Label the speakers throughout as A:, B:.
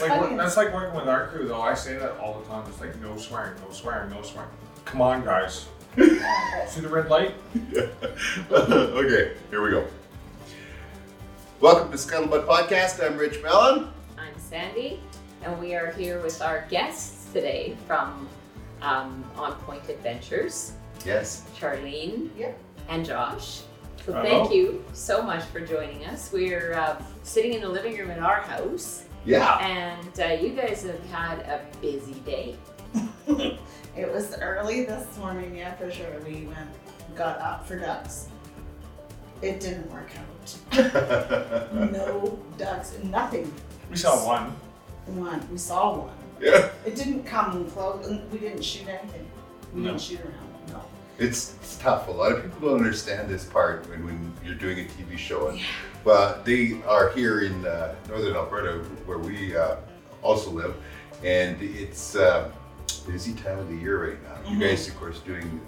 A: like working with our crew, though. I say that all the time. It's like no swearing, no swearing, no swearing. Come on, guys. See the red light?
B: okay, here we go. Welcome to Scuttlebutt Podcast. I'm Rich Mellon.
C: I'm Sandy, and we are here with our guests today from um, On Point Adventures,
B: Yes.
C: Charlene
D: Yep.
C: and Josh. So
A: Hello.
C: thank you so much for joining us. We're uh, sitting in the living room at our house,
B: Yeah.
C: and uh, you guys have had a busy day.
D: It was early this morning, yeah, for sure. We went, got up for ducks. It didn't work out. No ducks, nothing.
A: We saw one.
D: One, we saw one.
B: yeah.
D: It didn't come close. and We didn't shoot anything. We
A: No.
D: didn't shoot around. No.
B: It's, it's tough. A lot of people don't understand this part when, when you're doing a TV show. And, But they are here in uh, northern Alberta, where we uh, also live, and it's uh, busy time of the year right now.
D: Mhm.
B: You guys, of course, doing.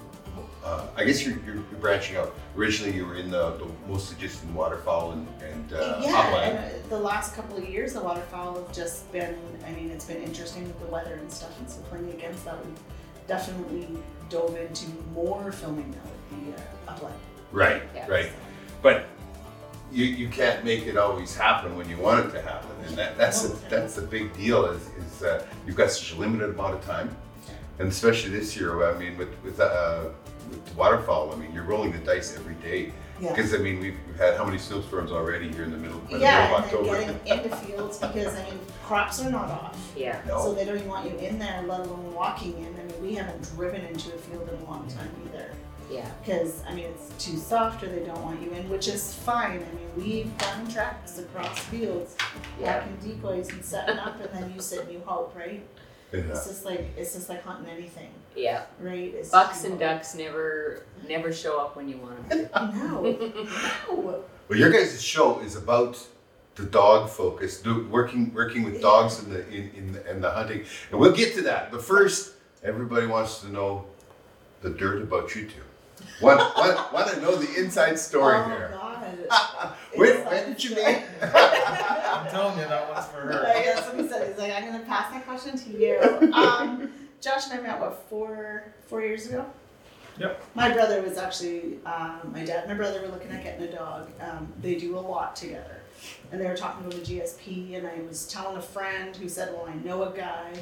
B: Uh, I guess you're, you're, you're branching out. Originally, you were in the, the mostly just in waterfowl and, and uh,
D: yeah,
B: upland.
D: and uh, the last couple of years, the waterfowl have just been. I mean, it's been interesting with the weather and stuff, and so playing against that, we definitely dove into more filming now with the uh, upland.
B: Right,
C: Yeah.
B: right. But you, you can't make it always happen when you want it to happen, and that, that's the, that's the big deal. Is, is uh, you've got such a limited amount of time, and especially this year. I mean, with with uh, with waterfowl, I mean, you're rolling the dice every day
D: Yeah.
B: because I mean, we've, we've had how many snowstorms already here in the middle, by the middle
D: Yeah,
B: of
D: and then
B: October.
D: getting into fields because I mean crops are not off,
C: Yeah.
B: No.
D: so they don't even want you in there, let alone walking in. I mean, we haven't driven into a field in a long time either,
C: Yeah.
D: because I mean it's too soft or they don't want you in, which is fine. I mean, we've done tracks across fields,
C: Yeah.
D: packing decoys and setting up, and then you sit and you hope, right?
B: Yeah.
D: It's just like it's just like hunting anything,
C: Yeah.
D: right? It's
C: Bucks and ducks never never show up when you want them.
D: No, no.
B: Well, your guys' show is about the dog focus, do, working working with dogs in the in, in the, in the hunting, and we'll get to that. But first, everybody wants to know the dirt about you two. Want want, want to know the inside story
D: oh
B: here?
D: God.
B: When,
D: It's
B: when
D: like-
B: did you meet?
A: I'm telling you, that one's for
D: Like,
A: her.
D: that's what he said. He's like, I'm gonna pass that question to you. Um, Josh and I met what four four years ago.
A: Yep.
D: My brother was actually um, my dad. and My brother were looking at getting a dog. Um, they do a lot together, and they were talking about a GSP. And I was telling a friend who said, "Well, I know a guy."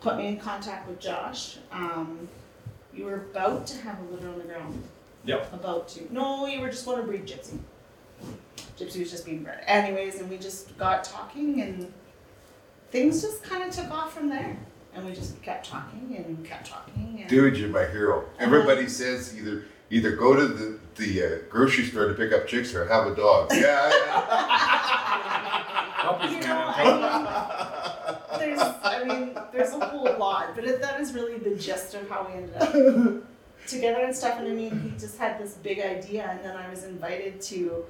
D: Put me in contact with Josh. Um, you were about to have a litter on the ground.
A: Yep.
D: About to. No, you were just going to breed Gypsy. Gypsy was just being bred. Anyways, and we just got talking and things just kind of took off from there. And we just kept talking and kept talking. And
B: Dude, you're my hero.
D: Uh-huh.
B: Everybody says either either go to the the uh, grocery store to pick up chicks or have a dog. Yeah.
A: Puppies,
D: You
A: man.
D: know, I- there's, I mean, there's a whole lot, but it, that is really the gist of how we ended up together and stuff. And I mean, he just had this big idea, and then I was invited to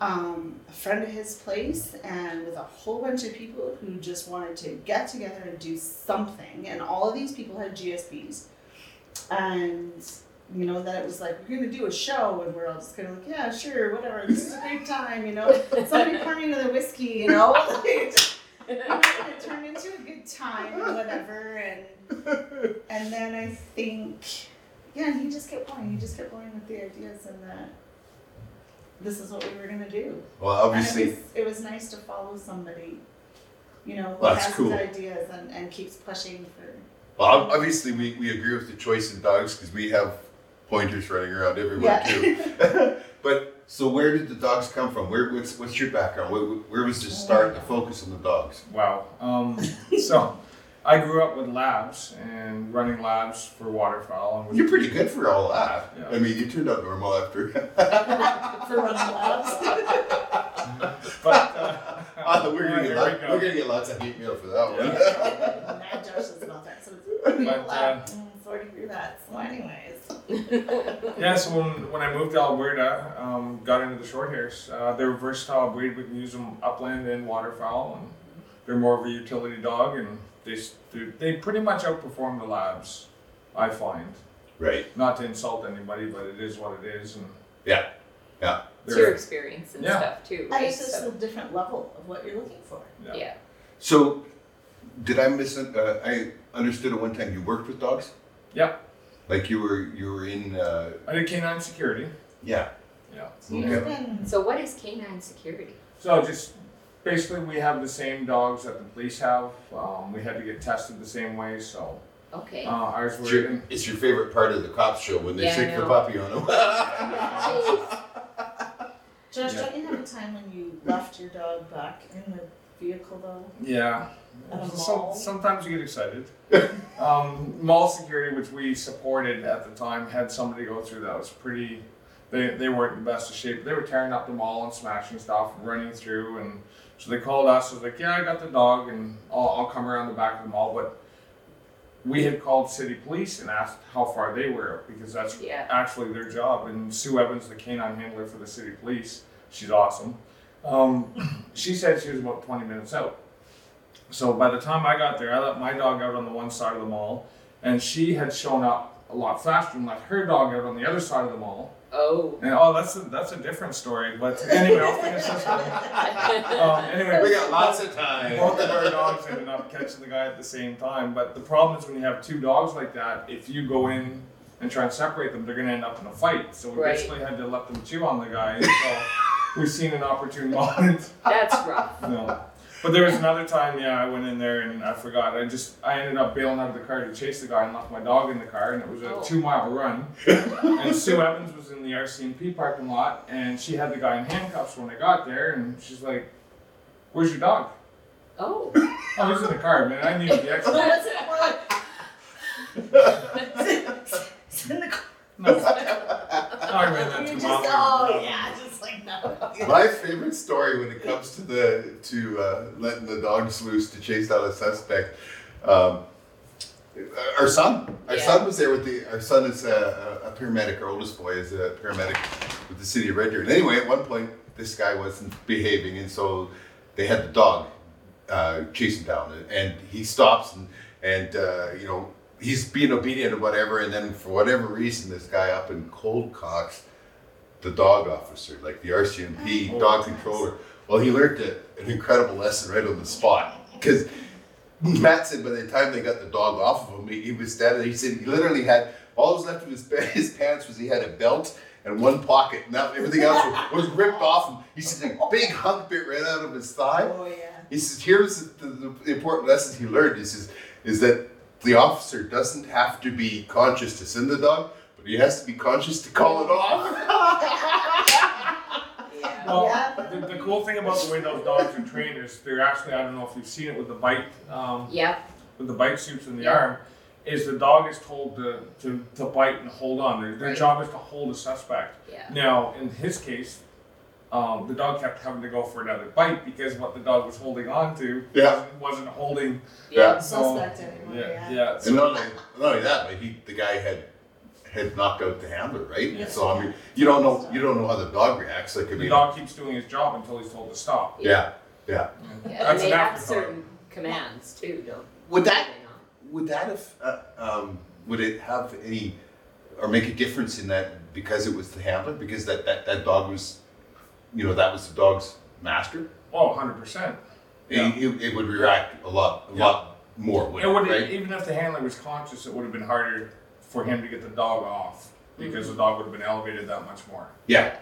D: um, a friend of his place, and with a whole bunch of people who just wanted to get together and do something. And all of these people had GSBs, and you know that it was like we're gonna do a show, and we're all just kind of like, yeah, sure, whatever. This is a great time, you know. Somebody pour me another whiskey, you know. it turned into a good time and whatever and and then I think yeah, and he just kept going, he just kept going with the ideas and that this is what we were gonna do.
B: well,
D: And
B: obviously.
D: it was it was nice to follow somebody, you know, who
B: Well, that's
D: has
B: cool.
D: his ideas and, and keeps pushing for
B: Well, ob- obviously, we, we agree with the choice in dogs because we have pointers running around everywhere
D: Yeah.
B: too. but so, where did the dogs come from? Where what's, what's your background? Where, where was the start, the focus on the dogs?
A: Wow. Um, so, I grew up with labs and running labs for waterfowl. And
B: You're pretty good for all that.
A: Yeah.
B: I mean, you turned out normal after.
D: for running labs.
A: But, uh,
B: Ah, we're gonna
A: here
B: get
A: we
B: lot,
A: go.
B: we're gonna get lots of hate mail for that one.
D: Mad Josh is about that, so it's we
A: But, uh,
D: lab mm, forty through that. So anyways.
A: Yeah, so when, when I moved to Alberta, um, got into the short hairs. Uh, they're a versatile breed. We can use them upland and waterfowl, and they're more of a utility dog, and they s- they they pretty much outperform the labs. I find
B: Right.
A: not to insult anybody, but it is what it is, and
B: Yeah. Yeah.
C: It's your
A: They're,
C: experience and
A: Yeah.
C: stuff too,
D: I
C: right?
D: guess it's
C: So-
D: a different level of what you're looking for.
A: Yeah.
C: yeah.
B: So, Did I miss? Uh, I understood at one time you worked with dogs.
A: Yep.
B: Like you were you were in. Uh,
A: I did canine security.
B: yeah.
A: Yeah.
D: So you've
B: Okay.
D: been
C: So what is canine security?
A: So just basically, we have the same dogs that the police have. Um, we had to get tested the same way, so
C: Okay.
A: uh, ours
B: It's
A: were.
B: your, it's your favorite part of the cop show when they
C: Yeah, I
B: stick the
C: know.
B: puppy on them.
A: Uh,
C: Jeez.
D: Josh,
A: Yeah.
D: don't you have a time when you left your dog back in the vehicle though?
A: Yeah.
D: At a
A: So-
D: mall?
A: sometimes you get excited. um, mall security, which we supported at the time, had somebody go through that was pretty. They, they weren't in the best of shape. They were tearing up the mall and smashing stuff, running through, and so they called us. I was like, "Yeah, I got the dog, and I'll, I'll come around the back of the mall." But we had called city police and asked how far they were because that's
C: Yeah.
A: actually their job. And Sue Evans, the canine handler for the city police, she's awesome. Um, she said she was about 20 minutes out. So by the time I got there, I let my dog out on the one side of the mall, and she had shown up a lot faster and let her dog out on the other side of the mall.
C: Oh.
A: And oh, that's a, that's a different story. But anyway, I'll finish this one. Um, anyway,
B: we got lots of time.
A: both of our dogs ended up catching the guy at the same time. But the problem is when you have two dogs like that, if you go in and try and separate them, they're going to end up in a fight. So we
C: Right.
A: basically had to let them chew on the guy. And so we've seen an opportune moment.
C: That's rough.
A: No. But there was another time, yeah, I went in there and I forgot. I just, I ended up bailing out of the car to chase the guy and left my dog in the car. And it was a
C: Oh.
A: two mile run. and Sue Evans was in the RCMP parking lot and she had the guy in handcuffs when I got there. And she's like, Where's your dog?
C: Oh.
A: Oh, he's in the car, man. I need to be extra.
D: That's it, more like it's in the car.
A: No. no, I ran that
D: You're
A: two
D: just
A: miles.
D: oh yeah, just like no. Oh,
B: My favorite story when it comes to the to uh, letting the dogs loose to chase down a suspect, um, our son, our
C: Yeah.
B: son was there with the. Our son is a, a, a paramedic. Our oldest boy is a paramedic with the city of Red Deer. And anyway, at one point, this guy wasn't behaving, and so they had the dog uh, chase him down, and, and he stops, and and uh, you know he's being obedient and whatever, and then for whatever reason, this guy up in cold cocks the dog officer, like the RCMP dog controller. Well, he learned a, an incredible lesson right on the spot because Matt said by the time they got the dog off of him, he, he was standing. He said he literally had all that was left of his pa- his pants was he had a belt and one pocket, and that, everything else was, was ripped off him. He said a big hunk bit right out of his thigh.
D: Oh yeah.
B: He says here's the, the, the important lesson he learned. He says is that the officer doesn't have to be conscious to send the dog, but he has to be conscious to call it off.
D: Yeah.
A: Well,
D: yeah.
A: Oh, The, the cool thing about the way those dogs are trained is they're actually, I don't know if you've seen it with the bite, um,
C: Yeah.
A: with the bite suits in the
C: Yeah.
A: arm, is the dog is told to, to, to bite and hold on. Their, their
C: Right.
A: job is to hold a suspect.
C: Yeah.
A: Now, in his case, um, the dog kept having to go for another bite because what the dog was holding on to
B: Yeah.
A: wasn't, wasn't holding.
B: Yeah.
D: Suspect anymore,
A: Oh, Yeah.
D: Oh, yeah.
A: yeah.
B: And not only, not only that, but he the guy had had knocked out the handler, right?
A: Yeah.
B: So I mean, you don't know you don't know how the dog reacts. Like I
A: The
B: mean,
A: dog keeps doing his job until he's told to stop.
B: yeah, yeah.
C: Yeah, and
A: That's
C: they
A: an
C: have
A: afterthought.
C: certain commands too, don't
B: Would
C: they?
B: that would that have uh, um, would it have any or make a difference in that because it was the handler because that that, that dog was, you know, that was the dog's master.
A: Oh, 100%. Yeah.
B: It, it, it would react a lot a
A: Yeah.
B: lot more. would
A: It would
B: right?
A: even if the handler was conscious, it would have been harder for him to get the dog off because the dog would have been elevated that much more.
B: Yeah,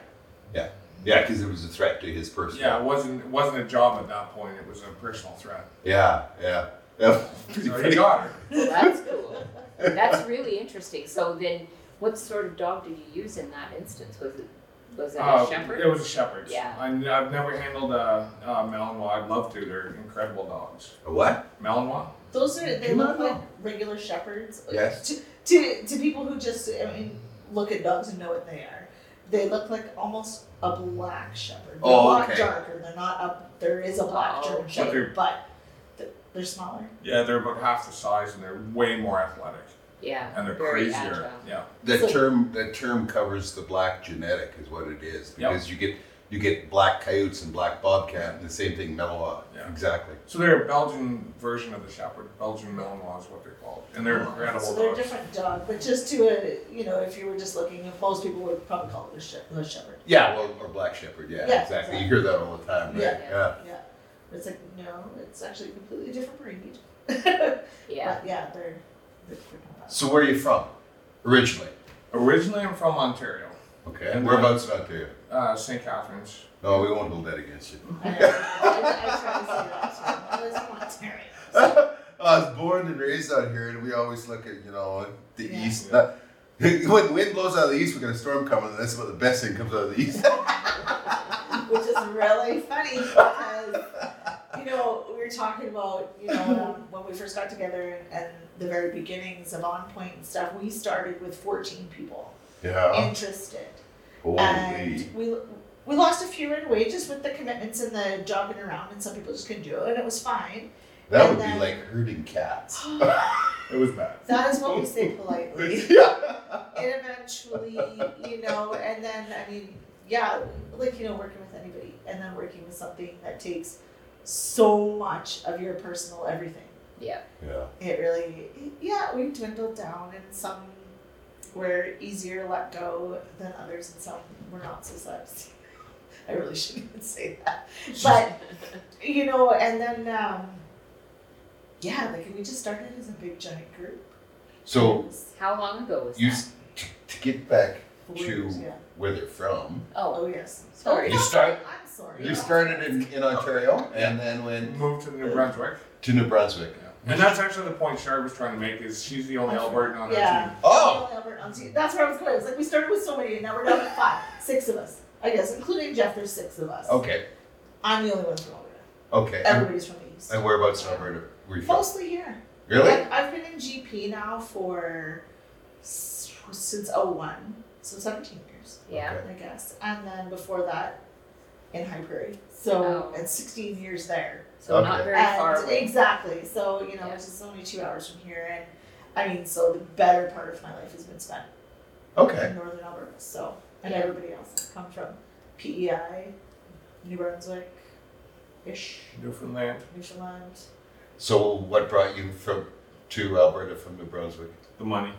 B: yeah, yeah. Because it was a threat to his person.
A: Yeah, it wasn't it wasn't a job at that point. It was a personal threat.
B: yeah, yeah. yeah. Pretty-
A: So he
B: pretty-
A: got her.
C: Well, that's cool. That's really interesting. So then, what sort of dog did you use in that instance? Was it was it
A: Uh,
C: a shepherd?
A: It was a shepherd.
C: Yeah.
A: I, have never handled a, a Malinois. I'd love to. They're incredible dogs.
B: A what?
A: Malinois.
D: Those are they
B: Can
D: look
B: you-
D: like regular shepherds.
B: Yes.
D: To, to to people who just I mean look at dogs and know what they are. They look like almost a black shepherd. They're
B: Oh,
D: not
B: okay.
D: darker. They're not up. There is a black
C: Oh.
D: German
C: But
A: they're-
D: shepherd, but th- they're smaller.
A: Yeah, they're about half the size and they're way more athletic
C: yeah,
A: and they're
C: very
A: crazier.
C: agile.
A: Yeah.
B: That
D: So-
B: term that term covers the black genetic is what it is because you get you get black coyotes and black bobcat and the same thing Malinois.
A: Yeah.
B: Exactly.
A: So they're a Belgian version of the shepherd. Belgian Malinois is what they're called, and they're incredible
D: Oh. So they're
A: dogs.
D: different dog, but just to a you know if you were just looking, if most people would probably call it a, she- a shepherd.
B: Yeah, well, or black shepherd. Yeah,
D: Yeah,
B: exactly.
D: exactly.
B: You hear that all the time, right?
D: Yeah.
B: Yeah.
D: Yeah. But It's like no, it's actually a completely different breed. but
C: Yeah.
D: yeah, they're, they're not
B: So where are you from? Originally.
A: Originally, I'm from Ontario,
B: Okay. And whereabouts in Ontario?
A: uh, St. Catharines.
B: No, we won't hold that against you.
D: bad. I, I tried to say that too. I was from Ontario.
B: I was born and raised out here, and we always look at you know the
D: Yeah.
B: east. Not- when the wind blows out of the east, we got a storm coming, and that's about the best thing comes out of the east.
D: which is really funny because you know we were talking about you know um, when we first got together and the very beginnings of on point and stuff we started with 14 people
A: Uh-huh.
B: yeah.
D: interested
B: Holy.
D: and we we lost a few right away just with the commitments and the jogging around and some people just couldn't do it and it was fine
B: That
D: and
B: would be
D: then-
B: like herding cats.
A: It was bad.
D: that is what we say politely
B: yeah.
D: and eventually, you know, and then I mean, yeah, like you know, working with anybody and then working with something that takes so much of your personal everything.
B: Yeah.
D: It really, yeah, we dwindled down, and some were easier let go than others, and some were not so slept. I really shouldn't even say that, but you know, and then um, yeah, like we just started as a big giant group.
B: So
C: How long ago was
B: you
C: that?
B: s- t- to get back
D: Four
B: to-
D: years, yeah.
B: where they're from,
C: Oh,
D: Oh yes,
C: sorry.
B: You start-
D: I'm sorry.
B: you started in, in Ontario, and then went
A: Moved to New Brunswick.
B: to New Brunswick.
A: And that's actually the point Sherry was trying to make is she's the only Albertan on our
D: Yeah.
A: team.
B: Oh.
D: Only Albert on TV. That's where I was going. It's like we started with so many, and now we're down to five, six of us. I guess, including Jeff. There's six of us.
B: Okay.
D: I'm the only one from Alberta.
B: Okay. Oh. And,
D: Everybody's from the east.
B: and whereabouts in Alberta were you from?
D: Mostly here.
B: Really?
D: Like, I've been in GP now for s- since 01, so 17 years,
C: Yeah.
B: Okay.
D: I guess. And then before that, in High Prairie. So
C: Oh.
D: and 16 years there.
C: So not
B: Okay.
C: very
D: and
C: far away.
D: exactly. So you know,
C: Yeah.
D: it's just only two hours from here, and I mean, so the better part of my life has been spent.
B: Okay.
D: in northern Alberta. So, and
C: Yeah.
D: everybody else has come from PEI, New Brunswick, ish,
A: Newfoundland.
D: Newfoundland.
B: So what brought you from to Alberta from New Brunswick?
A: The money.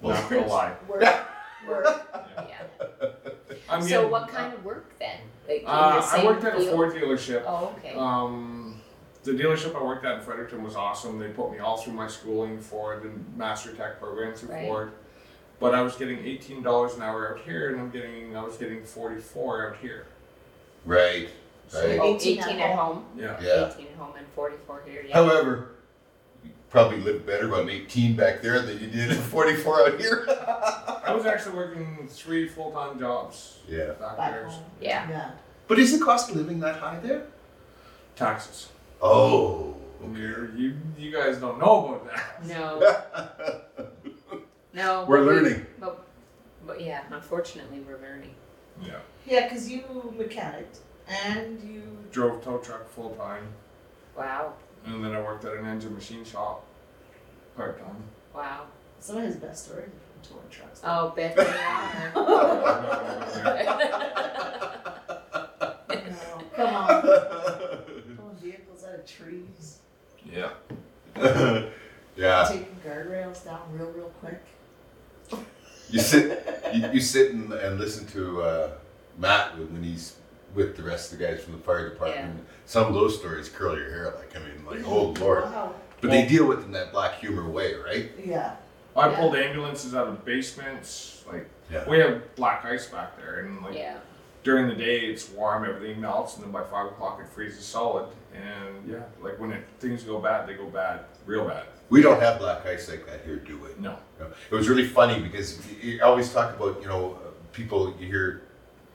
B: Well,
A: Not gonna lie.
D: Work, work.
C: Yeah.
A: I mean,
C: so what kind of work then? Like in the
A: Uh,
C: same
A: I worked at a
C: field?
A: Ford dealership.
C: Oh, okay.
A: Um, the dealership I worked at in Fredericton was awesome. They put me all through my schooling for the Master Tech program through
C: Right.
A: Ford. But I was getting eighteen dollars an hour out here, and I'm getting I was getting forty four out here.
B: Right.
A: So,
B: Right.
C: oh,
D: 18
C: 18,
D: at
C: at home.
A: yeah,
B: Yeah.
C: 18 at home and 44 here. Yeah.
B: However, you probably lived better on 18 back there than you did at 44 out here.
A: I was actually working three full time jobs
B: Yeah.
A: back
D: Back
A: there.
D: home.
C: Yeah.
D: Yeah.
B: But is the cost of living that high there?
A: Taxes.
B: Oh.
A: You're- You you guys don't know about that.
C: No, no.
B: We're
C: but we-
B: learning.
C: But, but yeah, unfortunately, we're learning.
A: Yeah.
D: Yeah, because you mechanicked and you.
A: Drove tow truck full time,
C: Wow,
A: and then I worked at an engine machine shop part time.
C: wow.
D: Some of his best stories are from touring trucks. Oh,
C: Oh, bet they are.
D: no, come on. Pulling vehicles out of trees,
A: Yeah.
B: yeah.
D: taking guardrails down real, real quick.
B: You sit, you, you sit and, and listen to uh, Matt when he's with the rest of the guys from the fire department. Some of those stories curl your hair like, I mean, like, oh lord.
D: Wow.
B: But they deal with it in that black humor way, right?
D: Yeah.
A: I
C: Yeah.
A: pulled ambulances out of basements. Like
B: Yeah.
A: we have black ice back there, and like
C: Yeah,
A: during the day it's warm, everything melts, and then by five o'clock it freezes solid. And yeah, like when it, things go bad, they go bad, real bad.
B: We don't have black ice like that here, do we?
A: No,
B: It was really funny because you always talk about, you know, people you hear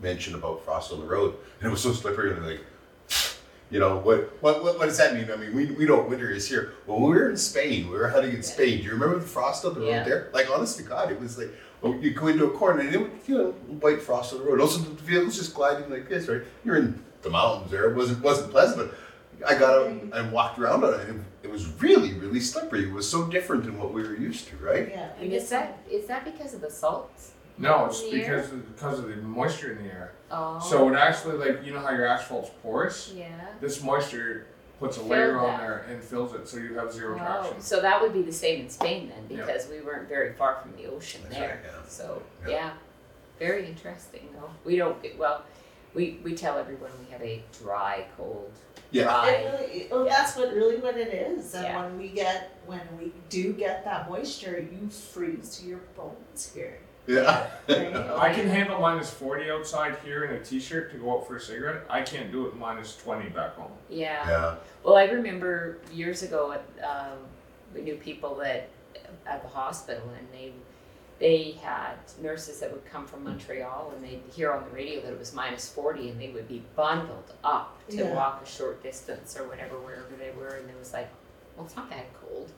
B: mention about frost on the road, and it was so slippery, and they're like, you know, what, what, what, what does that mean? I mean, we, we don't, winter is here. When we were in Spain, we were hunting in Spain, do you remember the frost on the
C: Yeah.
B: road there? Like, honest to God, it was like, oh, you go into a corner and it would, you know, white frost on the road. Also, the vehicle's just gliding like this, right? You're in the mountains there, it wasn't, wasn't pleasant, but I got out and walked around on it, and it was really, really slippery. It was so different than what we were used to, right?
D: Yeah. we
C: and
D: did
C: is that is that because of the salt?
A: no, it's
C: In the air?
A: because of, because of the moisture in the air.
C: Oh,
A: So it actually like you know how your asphalt's porous.
C: yeah.
A: This moisture puts a
C: Fill
A: layer on
C: that.
A: there and fills it, so you have zero
C: Wow.
A: traction.
C: Oh. So that would be the same in Spain then,
A: Yeah.
C: because we weren't very far from the ocean
B: That's
C: there.
B: right, yeah.
C: So
B: Yeah.
C: yeah. very interesting though. We don't get well. We, we tell everyone we have a dry cold.
B: Yeah.
C: Dry.
D: It really, well, that's what really what it is. And
C: Yeah.
D: when we get, when we do get that moisture, you freeze to your bones here.
B: Yeah.
D: Right.
A: I can handle minus 40 outside here in a t shirt to go out for a cigarette. I can't do it minus 20 back home.
C: Yeah.
B: yeah.
C: Well, I remember years ago, um, we knew people that at the hospital, and they they had nurses that would come from Montreal, and they'd hear on the radio that it was minus forty, and they would be bundled up to
D: Yeah.
C: walk a short distance or whatever wherever they were, and it was like, well, it's not that cold,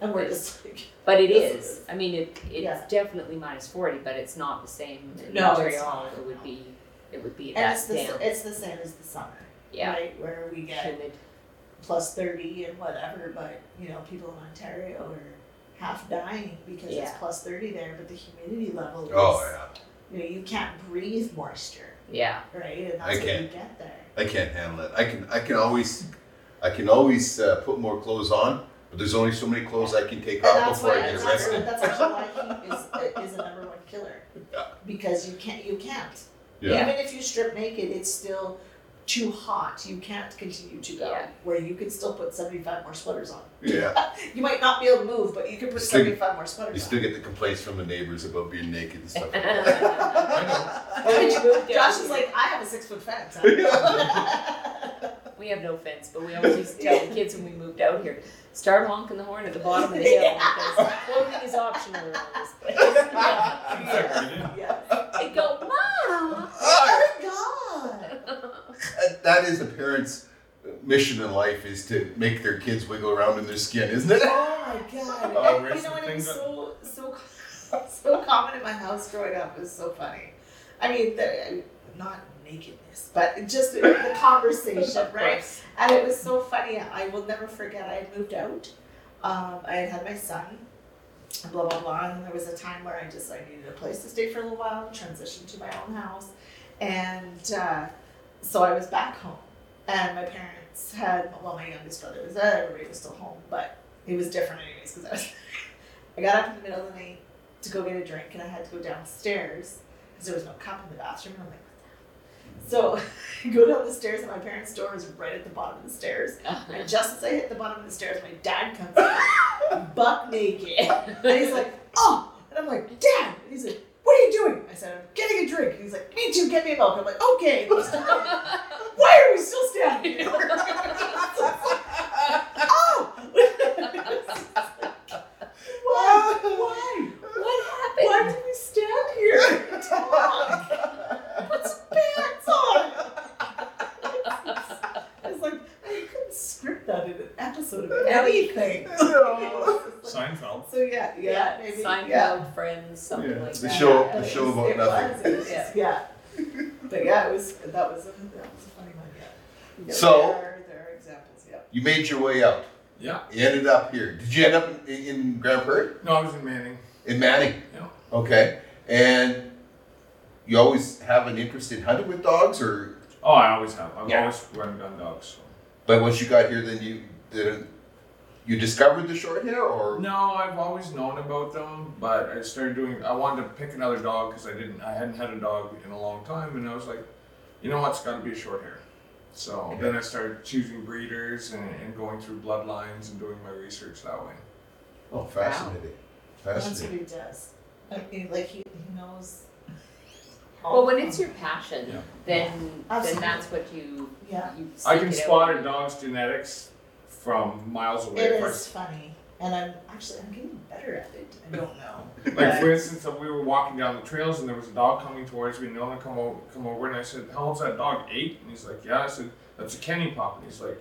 D: And we're just like,
C: but it
D: Yes, it
C: is. I mean, it it's
D: Yeah.
C: definitely minus forty, but it's not the same in
D: No, it's
C: Montreal.
D: not.
C: It would be it would be
D: and
C: that
D: it's the,
C: damp.
D: it's the same as the summer,
C: yeah,
D: right? Where we get
C: humid.
D: plus 30 and whatever, but you know, people in Ontario are half dying because it's
C: Yeah.
D: plus 30 there, but the humidity level is,
B: Oh yeah.
D: you know, you can't breathe moisture,
C: Yeah.
D: right? And
B: I
D: that's what you
B: can't.
D: get there.
B: I can't handle it. I can I can always I can always uh, put more clothes on, but there's only so many clothes I can take
D: And
B: off
D: that's
B: before
D: why,
B: I get
D: that's why,
B: arrested.
D: that's actually why heat is, is the number one killer.
B: Yeah.
D: Because you can't, you can't.
B: Yeah.
D: Even if you strip naked, it's still too hot. You can't continue to go.
C: Yeah.
D: Where you can still put 75 more sweaters on.
B: Yeah.
D: You might not be able to move, but you can put
B: Still-
D: 75 more
B: You
D: sweaters
B: still
D: on.
B: get the complaints from the neighbors about being naked and stuff. Like that.
C: When you moved down
D: Josh is
C: here-
D: like, I have a six foot fence.
C: We have no fence, but we always used to tell the kids when we moved out here, start honking the horn at the bottom of the hill because clothing is optional around this place.
D: yeah.
C: They go, Mom!
D: Oh my god.
B: That- that is a parent's mission in life is to make their kids wiggle around in their skin, isn't it?
D: Oh my god.
A: Oh,
D: And you
A: rest
D: know
A: the
D: what? It was
A: things
D: so so so common at my house growing up. It was so funny. I mean, the, not nakedness, but just the conversation, right? And it was so funny. I will never forget. I had moved out. Um, I had had my son. Blah blah blah. And there was a time where I just I needed a place to stay for a little while, transitioned to my own house, and uh, so I was back home. And my parents had well, my youngest brother was there. Everybody was still home, but it was different anyways because I was. I got up in the middle of the night to go get a drink, and I had to go downstairs because there was no cup in the bathroom. And I'm like, what the hell? So I go down the stairs, and my parents' door is right at the bottom of the stairs. And just as I hit the bottom of the stairs, my dad comes out, buck naked. And he's like, oh. And I'm like, Dad. And he's like, what are you doing? I said, I'm getting a drink. And he's like, me too, get me a milk. I'm like, okay. And he's like, Why are we still standing here? oh! Why? Why?
C: what
D: Why
C: happened?
D: do we stand here and talk? Put some pants on. I was like, I couldn't script that in an episode of anything.
A: Seinfeld.
D: So yeah, yeah, maybe.
C: Seinfeld,
D: Yeah.
C: friends, something
B: Yeah.
C: like
B: The
C: that.
B: show-
D: Yeah,
B: the
D: it
B: show
D: was-
B: about
D: it
B: nothing.
D: was, it was just- yeah. But yeah, it was that was a, that was a funny one. Yeah. Yeah,
B: So-
D: there are, there are examples. Yeah.
B: You made your way out.
A: Yeah.
B: You ended up here. Did you end up in, in Grand Prairie?
A: No, I was in Manning.
B: In Manning?
A: Yeah.
B: Okay. And you always have an interest in hunting with dogs, or
A: Oh, I always have. I've
B: Yeah.
A: always run gun dogs.
B: but once you got here, then you did you discovered the short hair, or
A: No, I've always known about them, but I started doing. I wanted to pick another dog because I didn't. I hadn't had a dog in a long time, and I was like, you know what? It's got to be a short hair. So then I started choosing breeders and, and going through bloodlines and doing my research that way.
B: oh, fascinating,
D: That's what
B: fascinating.
D: he does. I mean, like he, he knows.
C: Well, when it's your passion,
A: Yeah.
C: then then
D: Absolutely.
C: that's what you
D: yeah,
C: you
A: I
C: seek
A: can
C: it out
A: spot
C: in.
A: a dog's genetics from miles away.
D: it
A: if I-
D: is funny, and I'm actually I'm getting better at it. I don't know.
A: Like for instance, if we were walking down the trails and there was a dog coming towards me, and Nona come over, come over, and I said, "How old's that dog? Eight? And he's like, "Yeah." I said, "That's a Kenny pup." And he's like,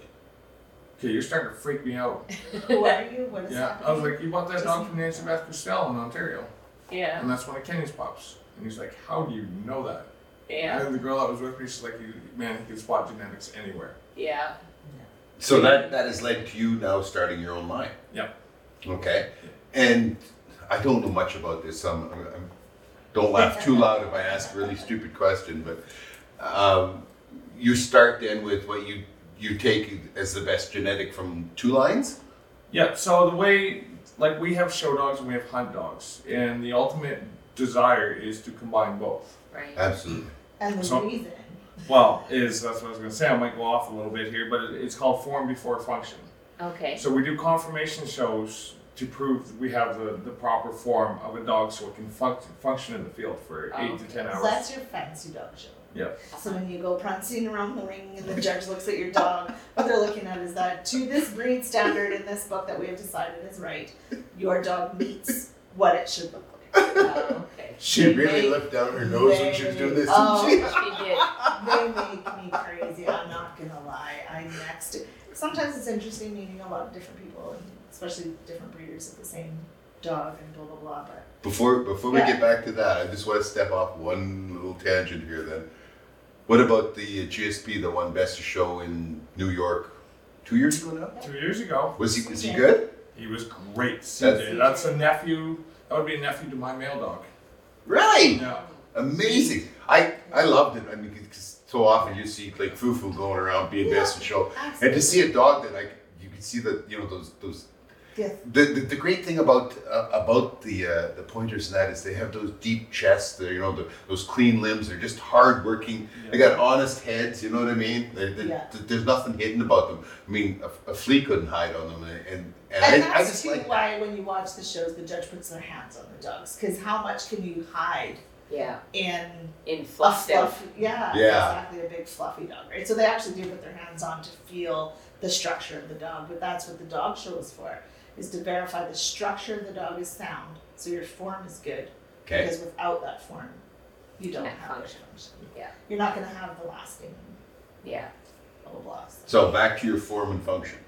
A: "Okay, you're starting to freak me out."
D: Who are you? What is
A: Yeah,
D: happening?
A: I was like, you bought that dog from Nancy Beth Costello in Ontario,
C: Yeah,
A: and that's one of Kenny's pups. And he's like, how do you know that?
C: yeah,
A: And the girl that was with me, she's like, you, man, he can spot genetics anywhere.
C: yeah.
B: So that that has led to you now starting your own line.
A: Yep.
B: Okay, and I don't know much about this. so I'm, I'm, I'm- don't laugh too loud if I ask a really stupid question, but um, you start then with what you you take as the best genetic from two lines.
A: Yeah, so the way, like, we have show dogs and we have hunt dogs, and the ultimate desire is to combine both.
C: Right.
B: Uh, Absolutely.
D: and the
A: so-
D: reason
A: Well, is that's what I was going to say. I might go off a little bit here, but it, it's called form before function.
C: Okay.
A: So we do confirmation shows to prove that we have the, the proper form of a dog so it can func- function in the field for eight to ten
D: So
A: hours.
D: that's your fancy dog show.
A: Yep.
D: So when you go prancing around the ring and the judge looks at your dog, what they're looking at is that to this breed standard in this book that we have decided is right, your dog meets what it should look like.
C: Oh, okay.
B: She really looked down her nose when she was doing this.
D: Oh.
B: didn't
C: She did.
D: They make me crazy. I'm not gonna lie. I next. Sometimes it's interesting meeting a lot of different people, and especially different breeders of the same dog and blah blah blah. But
B: she? Before before we
D: Yeah.
B: get back to that, I just want to step off one little tangent here. Then, what about the GSP that won Best of Show in New York two years ago now?
A: Two years ago,
B: Was he was he
D: Yeah.
B: good?
A: he was great.
B: That's-
A: CJ. That's a nephew. That would be a nephew to my male dog.
B: Really?
A: Yeah.
B: Amazing. I I loved it. I mean, because so often you see like Fufu going around being best in show, and to see a dog that like you can see that you know those those.
D: Yes.
B: The, the, the great thing about uh, about the uh, the pointers and that is they have those deep chests. They're, you know the, those clean limbs. They're just hard working. They got honest heads. You know what I mean? They, they,
D: Yeah.
B: th- there's nothing hidden about them. I mean, a, a flea couldn't hide on them, and and, and,
D: And
B: I, I
D: that's
B: just
D: too
B: like that.
D: why when you watch the shows, the judge puts their hands on the dogs because how much can you hide
C: Yeah.
D: in
C: In
D: a
C: fluff them.
D: fluff? Yeah,
B: Yeah.
D: exactly, a big fluffy dog, right? So they actually do put their hands on to feel the structure of the dog, but that's what the dog show is for, is to verify the structure of the dog is sound, so your form is good.
B: Okay.
D: Because without that form, you don't
C: Can't
D: have the
C: function.
D: function.
C: Yeah.
D: You're not going to have the lasting and
C: Yeah.
D: blah blah blah. So.
B: So back to your form and function.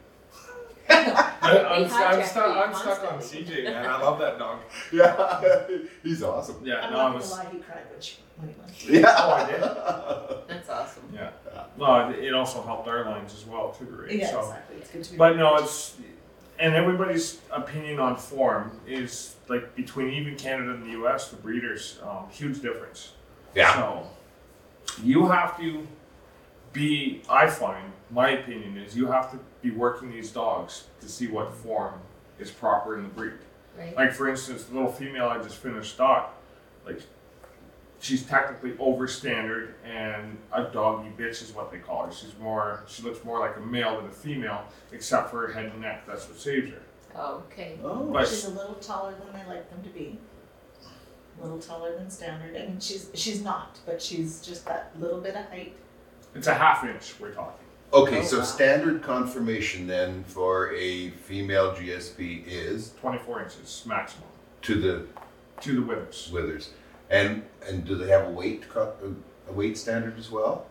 A: I, I'm,
C: They
A: I'm,
C: hijack
A: stuck,
C: you
A: I'm stuck on
C: constantly.
A: CJ, man. I love that dog.
B: Yeah, he's awesome.
A: Yeah,
D: I'm
A: no,
D: not
A: I
D: going to
A: was.
D: lie, he cried when she when he won.
B: Yeah.
A: Oh, I did.
C: That's awesome.
A: No, it- it also helped our lines as well, too, right?
D: Yeah,
A: so,
D: exactly. It's good to be.
A: But no, it's and everybody's opinion on form is like between even Canada and the U.S. The breeders, um, huge difference.
B: Yeah.
A: So you have to be. I find my opinion is you have to be working these dogs to see what form is proper in the breed.
C: Right.
A: Like for instance, the little female I just finished stock, like she's technically over standard and a doggy bitch is what they call her. She's more she looks more like a male than a female, except for her head and neck, that's what saves her.
C: Oh, okay.
B: Oh.
A: But
D: She's a little taller than I like them to be. A little taller than standard. I mean, she's she's not, but she's just that little bit of height.
A: it's a half inch we're talking.
B: Okay,
C: Oh,
B: so
C: wow.
B: standard confirmation then for a female GSP is
A: Twenty four inches maximum
B: to the
A: to the withers.
B: withers, and and do they have a weight co- a weight standard as well?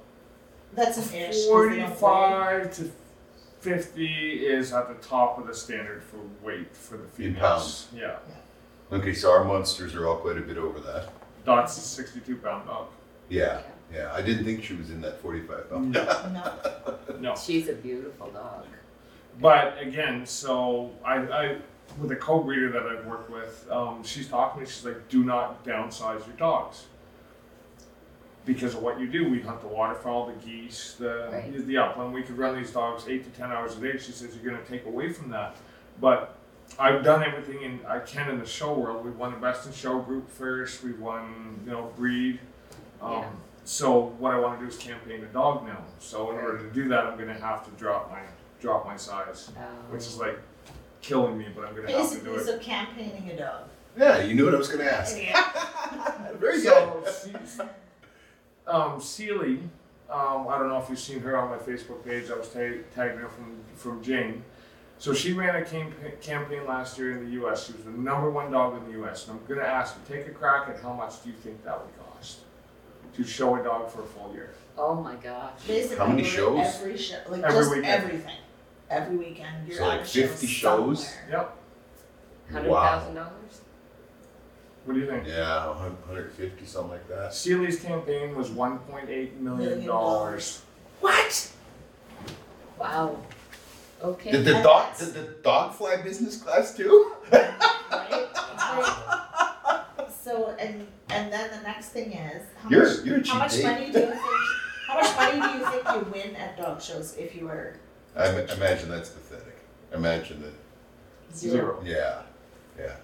D: That's an ish. 'cause they
A: Forty
D: don't weigh.
A: five to fifty is at the top of the standard for weight for the
B: In
A: females. Yeah.
B: Okay, so our monsters are all quite a bit over that.
A: Dot's a sixty two pound dog.
B: Yeah, yeah. I didn't think she was in that forty-five.
D: Mm.
B: though.
A: No.
D: No,
A: No.
C: She's a beautiful dog.
A: But again, so I, I with a co-breeder that I've worked with, um, she's talking to me. She's like, "Do not downsize your dogs because of what you do. We hunt the waterfowl, the geese, the
C: Right.
A: the upland. We could run these dogs eight to ten hours a day." She says, "You're going to take away from that." But I've done everything in, I can in the show world. We won the best in show group first. We won, you know, breed. Um,
C: Yeah.
A: So what I want to do is campaign a dog now. So in order to do that, I'm going to have to drop my drop my size
C: Um,
A: which is like killing me, but I'm gonna have to do
D: basically,
A: it.
D: so campaigning a dog.
B: Yeah, you knew what I was going to ask. Very good.
A: So, Se- um, Seely, um, I don't know if you've seen her on my Facebook page. I was tag- tagging her from from Jane. So she ran a campa- campaign last year in the U.S. She was the number one dog in the U.S. And I'm gonna ask you, take a crack at how much do you think that would cost to show a dog for a full year?
C: oh my gosh.
D: Basically,
B: How many
D: we're
B: shows?
D: Every show, like
A: Every
D: just
A: weekend.
D: everything, every weekend. You're
B: So,
D: on
B: like,
D: a show
B: 50 shows?
D: somewhere.
A: Yep.
C: Hundred
B: Wow.
C: thousand dollars.
A: What do you think?
B: Yeah, a hun- 150 something like that.
A: Seely's campaign was 1.8 million
D: Million
A: dollars.
D: dollars. What?
C: Wow.
B: Did
C: Okay.
B: the dog did the dog fly business class too?
D: Right?
C: Wow.
D: So and and then the next thing is how
B: You're
D: much
B: you're a cheap
D: how much
B: date.
D: money do you think how much money do you think you win at dog shows if you were
B: I ma- imagine that's pathetic. Imagine that.
A: Zero.
B: Yeah.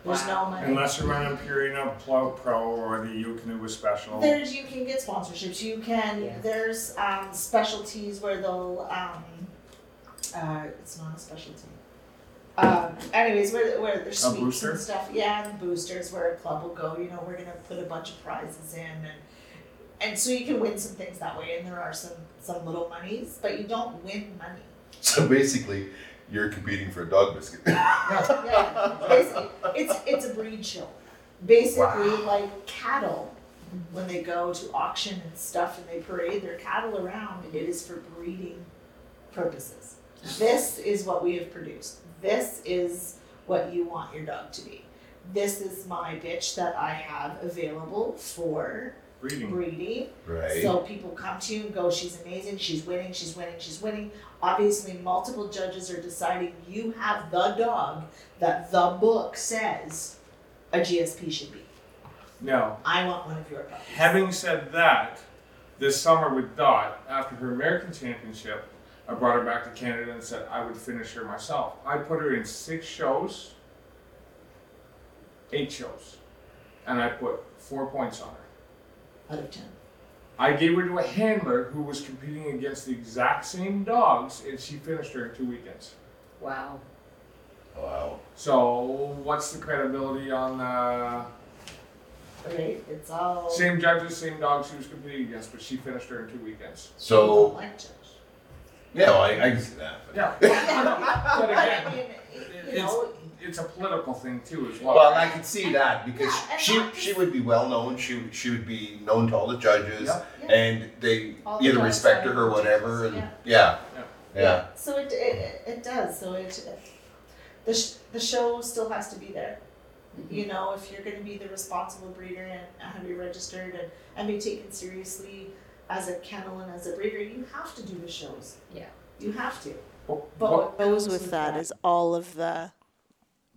D: There's no money.
A: Unless you're running Purina Pro, Pro or the Eucanoe Special.
D: There's you can get sponsorships. You can
C: Yeah.
D: there's um, specialties where they'll um, uh, it's not a specialty. Um, anyways, where, where there's
A: A
D: sweeps
A: booster?
D: and stuff, yeah, and boosters where a club will go. You know, we're gonna put a bunch of prizes in, and and so you can win some things that way. And there are some some little monies, but you don't win money.
E: So basically, you're competing for a dog biscuit.
D: Yeah, basically, it's it's a breed show. Basically,
E: Wow.
D: like cattle, when they go to auction and stuff, and they parade their cattle around, it is for breeding purposes. This is what we have produced. This is what you want your dog to be. This is my bitch that I have available for
A: Breeding.
D: breeding.
E: right.
D: So people come to you and go, she's amazing, she's winning, she's winning, she's winning. Obviously, multiple judges are deciding you have the dog that the book says a GSP should be.
A: Now,
D: I want one of your puppies.
A: Having said that, this summer with Dot, after her American Championship, I brought her back to Canada and said I would finish her myself. I put her in six shows, eight shows, and I put four points on her.
D: out of ten.
A: I gave her to a handler who was competing against the exact same dogs, and she finished her in two weekends.
C: Wow.
E: wow.
A: So, what's the credibility on the
D: Right? It's all
A: same judges, same dogs she was competing against, but she finished her in two weekends?
D: people
E: So
D: like judge.
E: yeah, well, I, I can see that. but-
A: Yeah.
D: But
A: but again,
D: I mean,
A: It-
D: you know,
A: It's a political thing too, as well.
E: Well, I could see that because
D: Yeah, and
E: she
D: not just-
E: she would be well known. She she would be known to all the judges,
A: Yeah.
D: Yeah.
E: and they
D: All the
E: either
D: judges
E: respect
D: are
E: her or whatever. And
D: judges,
E: yeah. Yeah.
A: Yeah.
D: so it, it it does. So it the sh- the show still has to be there. you know if you're going to be the responsible breeder and have you registered and, and be taken seriously as a kennel and as a breeder you have to do the shows
C: Yeah.
D: you have to but
A: But,
D: what goes with that is all of the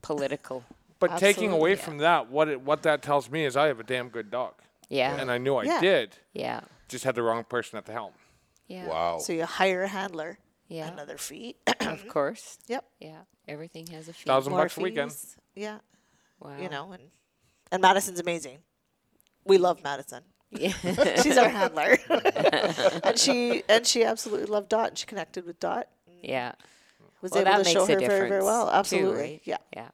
C: Political.
A: but taking
C: Absolutely,
A: away
C: yeah.
A: from that, what it, what that tells me is I have a damn good dog,
C: Yeah.
A: and I knew I
F: Yeah.
A: did.
C: Yeah.
A: Just had the wrong person at the helm.
C: Yeah.
E: Wow.
F: So you hire a handler,
C: Yeah.
F: another fee,
C: Of course.
F: Yep.
C: Yeah. Everything has a fee.
A: Thousand
F: more
A: bucks
F: fees.
A: a weekend.
F: Yeah,
C: Wow.
F: you know, and and Madison's amazing. We love Madison.
C: Yeah.
F: She's our handler, and she and she absolutely loved Dot. And she connected with Dot.
C: yeah.
F: Was
C: Well,
F: able
C: that
F: to
C: makes
F: show
C: a
F: her very
C: difference.
F: very well.
C: too,
F: Absolutely.
C: right?
F: Yeah.
C: Yeah.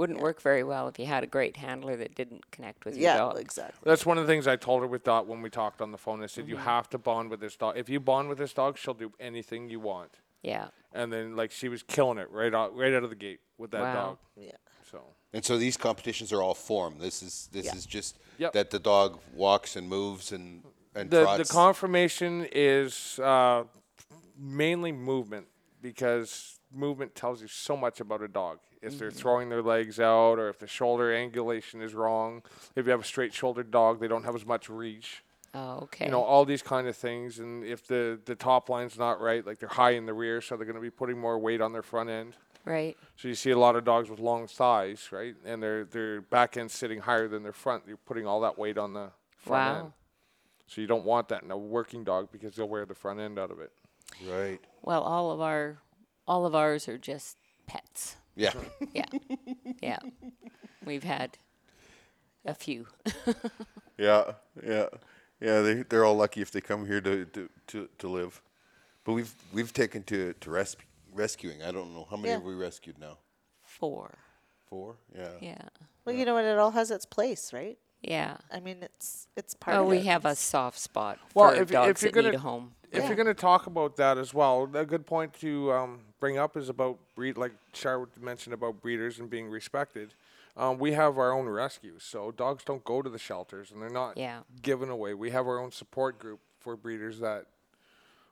C: Wouldn't work very well if you had a great handler that didn't connect with your
F: Yeah.
C: dog.
F: Exactly.
A: That's one of the things I told her with Dot when we talked on the phone. I said, "You have to bond with this dog. If you bond with this dog, she'll do anything you want."
C: Yeah.
A: And then, like, she was killing it right out, right out of the gate with that
C: Wow.
A: dog.
F: Yeah.
A: So
B: And so these competitions are all form. This is this
F: Yeah.
B: is just
A: Yep.
B: that the dog walks and moves and and
A: the the
B: trots.
A: confirmation is uh, mainly movement because movement tells you so much about a dog. If they're throwing their legs out, or if the shoulder angulation is wrong, if you have a straight-shouldered dog, they don't have as much reach.
C: Oh, okay.
A: You know all these kind of things, and if the the top line's not right, like they're high in the rear, so they're going to be putting more weight on their front end.
C: right.
A: So you see a lot of dogs with long thighs, right? And their their back end sitting higher than their front. You're putting all that weight on the front
C: Wow.
A: end. So you don't want that in a working dog because they'll wear the front end out of it.
B: right.
C: Well, all of our all of ours are just pets.
B: Yeah.
C: Yeah. yeah. We've had a few.
G: Yeah, yeah, yeah. They they're all lucky if they come here to to, to, to live.
B: But we've we've taken to to res- rescuing. I don't know how many
F: Yeah.
B: have we rescued now.
C: Four.
B: Four. Yeah.
C: Yeah.
F: Well, you know, and it all has its place, right?
C: Yeah.
F: I mean, it's it's part.
C: Well,
F: of
C: Oh, we
F: it.
C: have a soft spot
A: Well,
C: for
A: if- if
C: dogs
A: you're
C: that need
A: gonna-
C: a home.
A: If you're going to talk about that as well, a good point to um, bring up is about breed, like Char mentioned about breeders and being respected. Um, we have our own rescues, so dogs don't go to the shelters and they're not
C: Yeah.
A: given away. We have our own support group for breeders that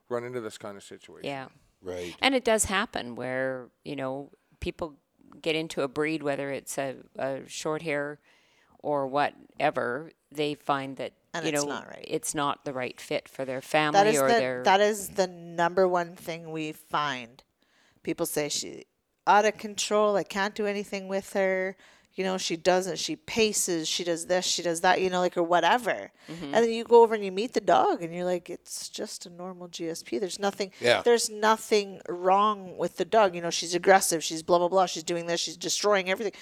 A: run into this kind of situation.
C: Yeah.
B: Right.
C: And it does happen where, you know, people get into a breed, whether it's a, a short hair or whatever, they find that,
F: And
C: you
F: it's
C: know,
F: not right.
C: it's not the right fit for their family
F: That is
C: or
F: the
C: their.
F: that is the number one thing we find. People say she out of control. I can't do anything with her. You know, she doesn't. She paces. She does this. She does that. You know, like or whatever.
C: Mm-hmm.
F: And then you go over and you meet the dog, and you're like, it's just a normal GSP. There's nothing.
B: Yeah.
F: There's nothing wrong with the dog. You know, she's aggressive. She's blah blah blah. She's doing this. She's destroying everything.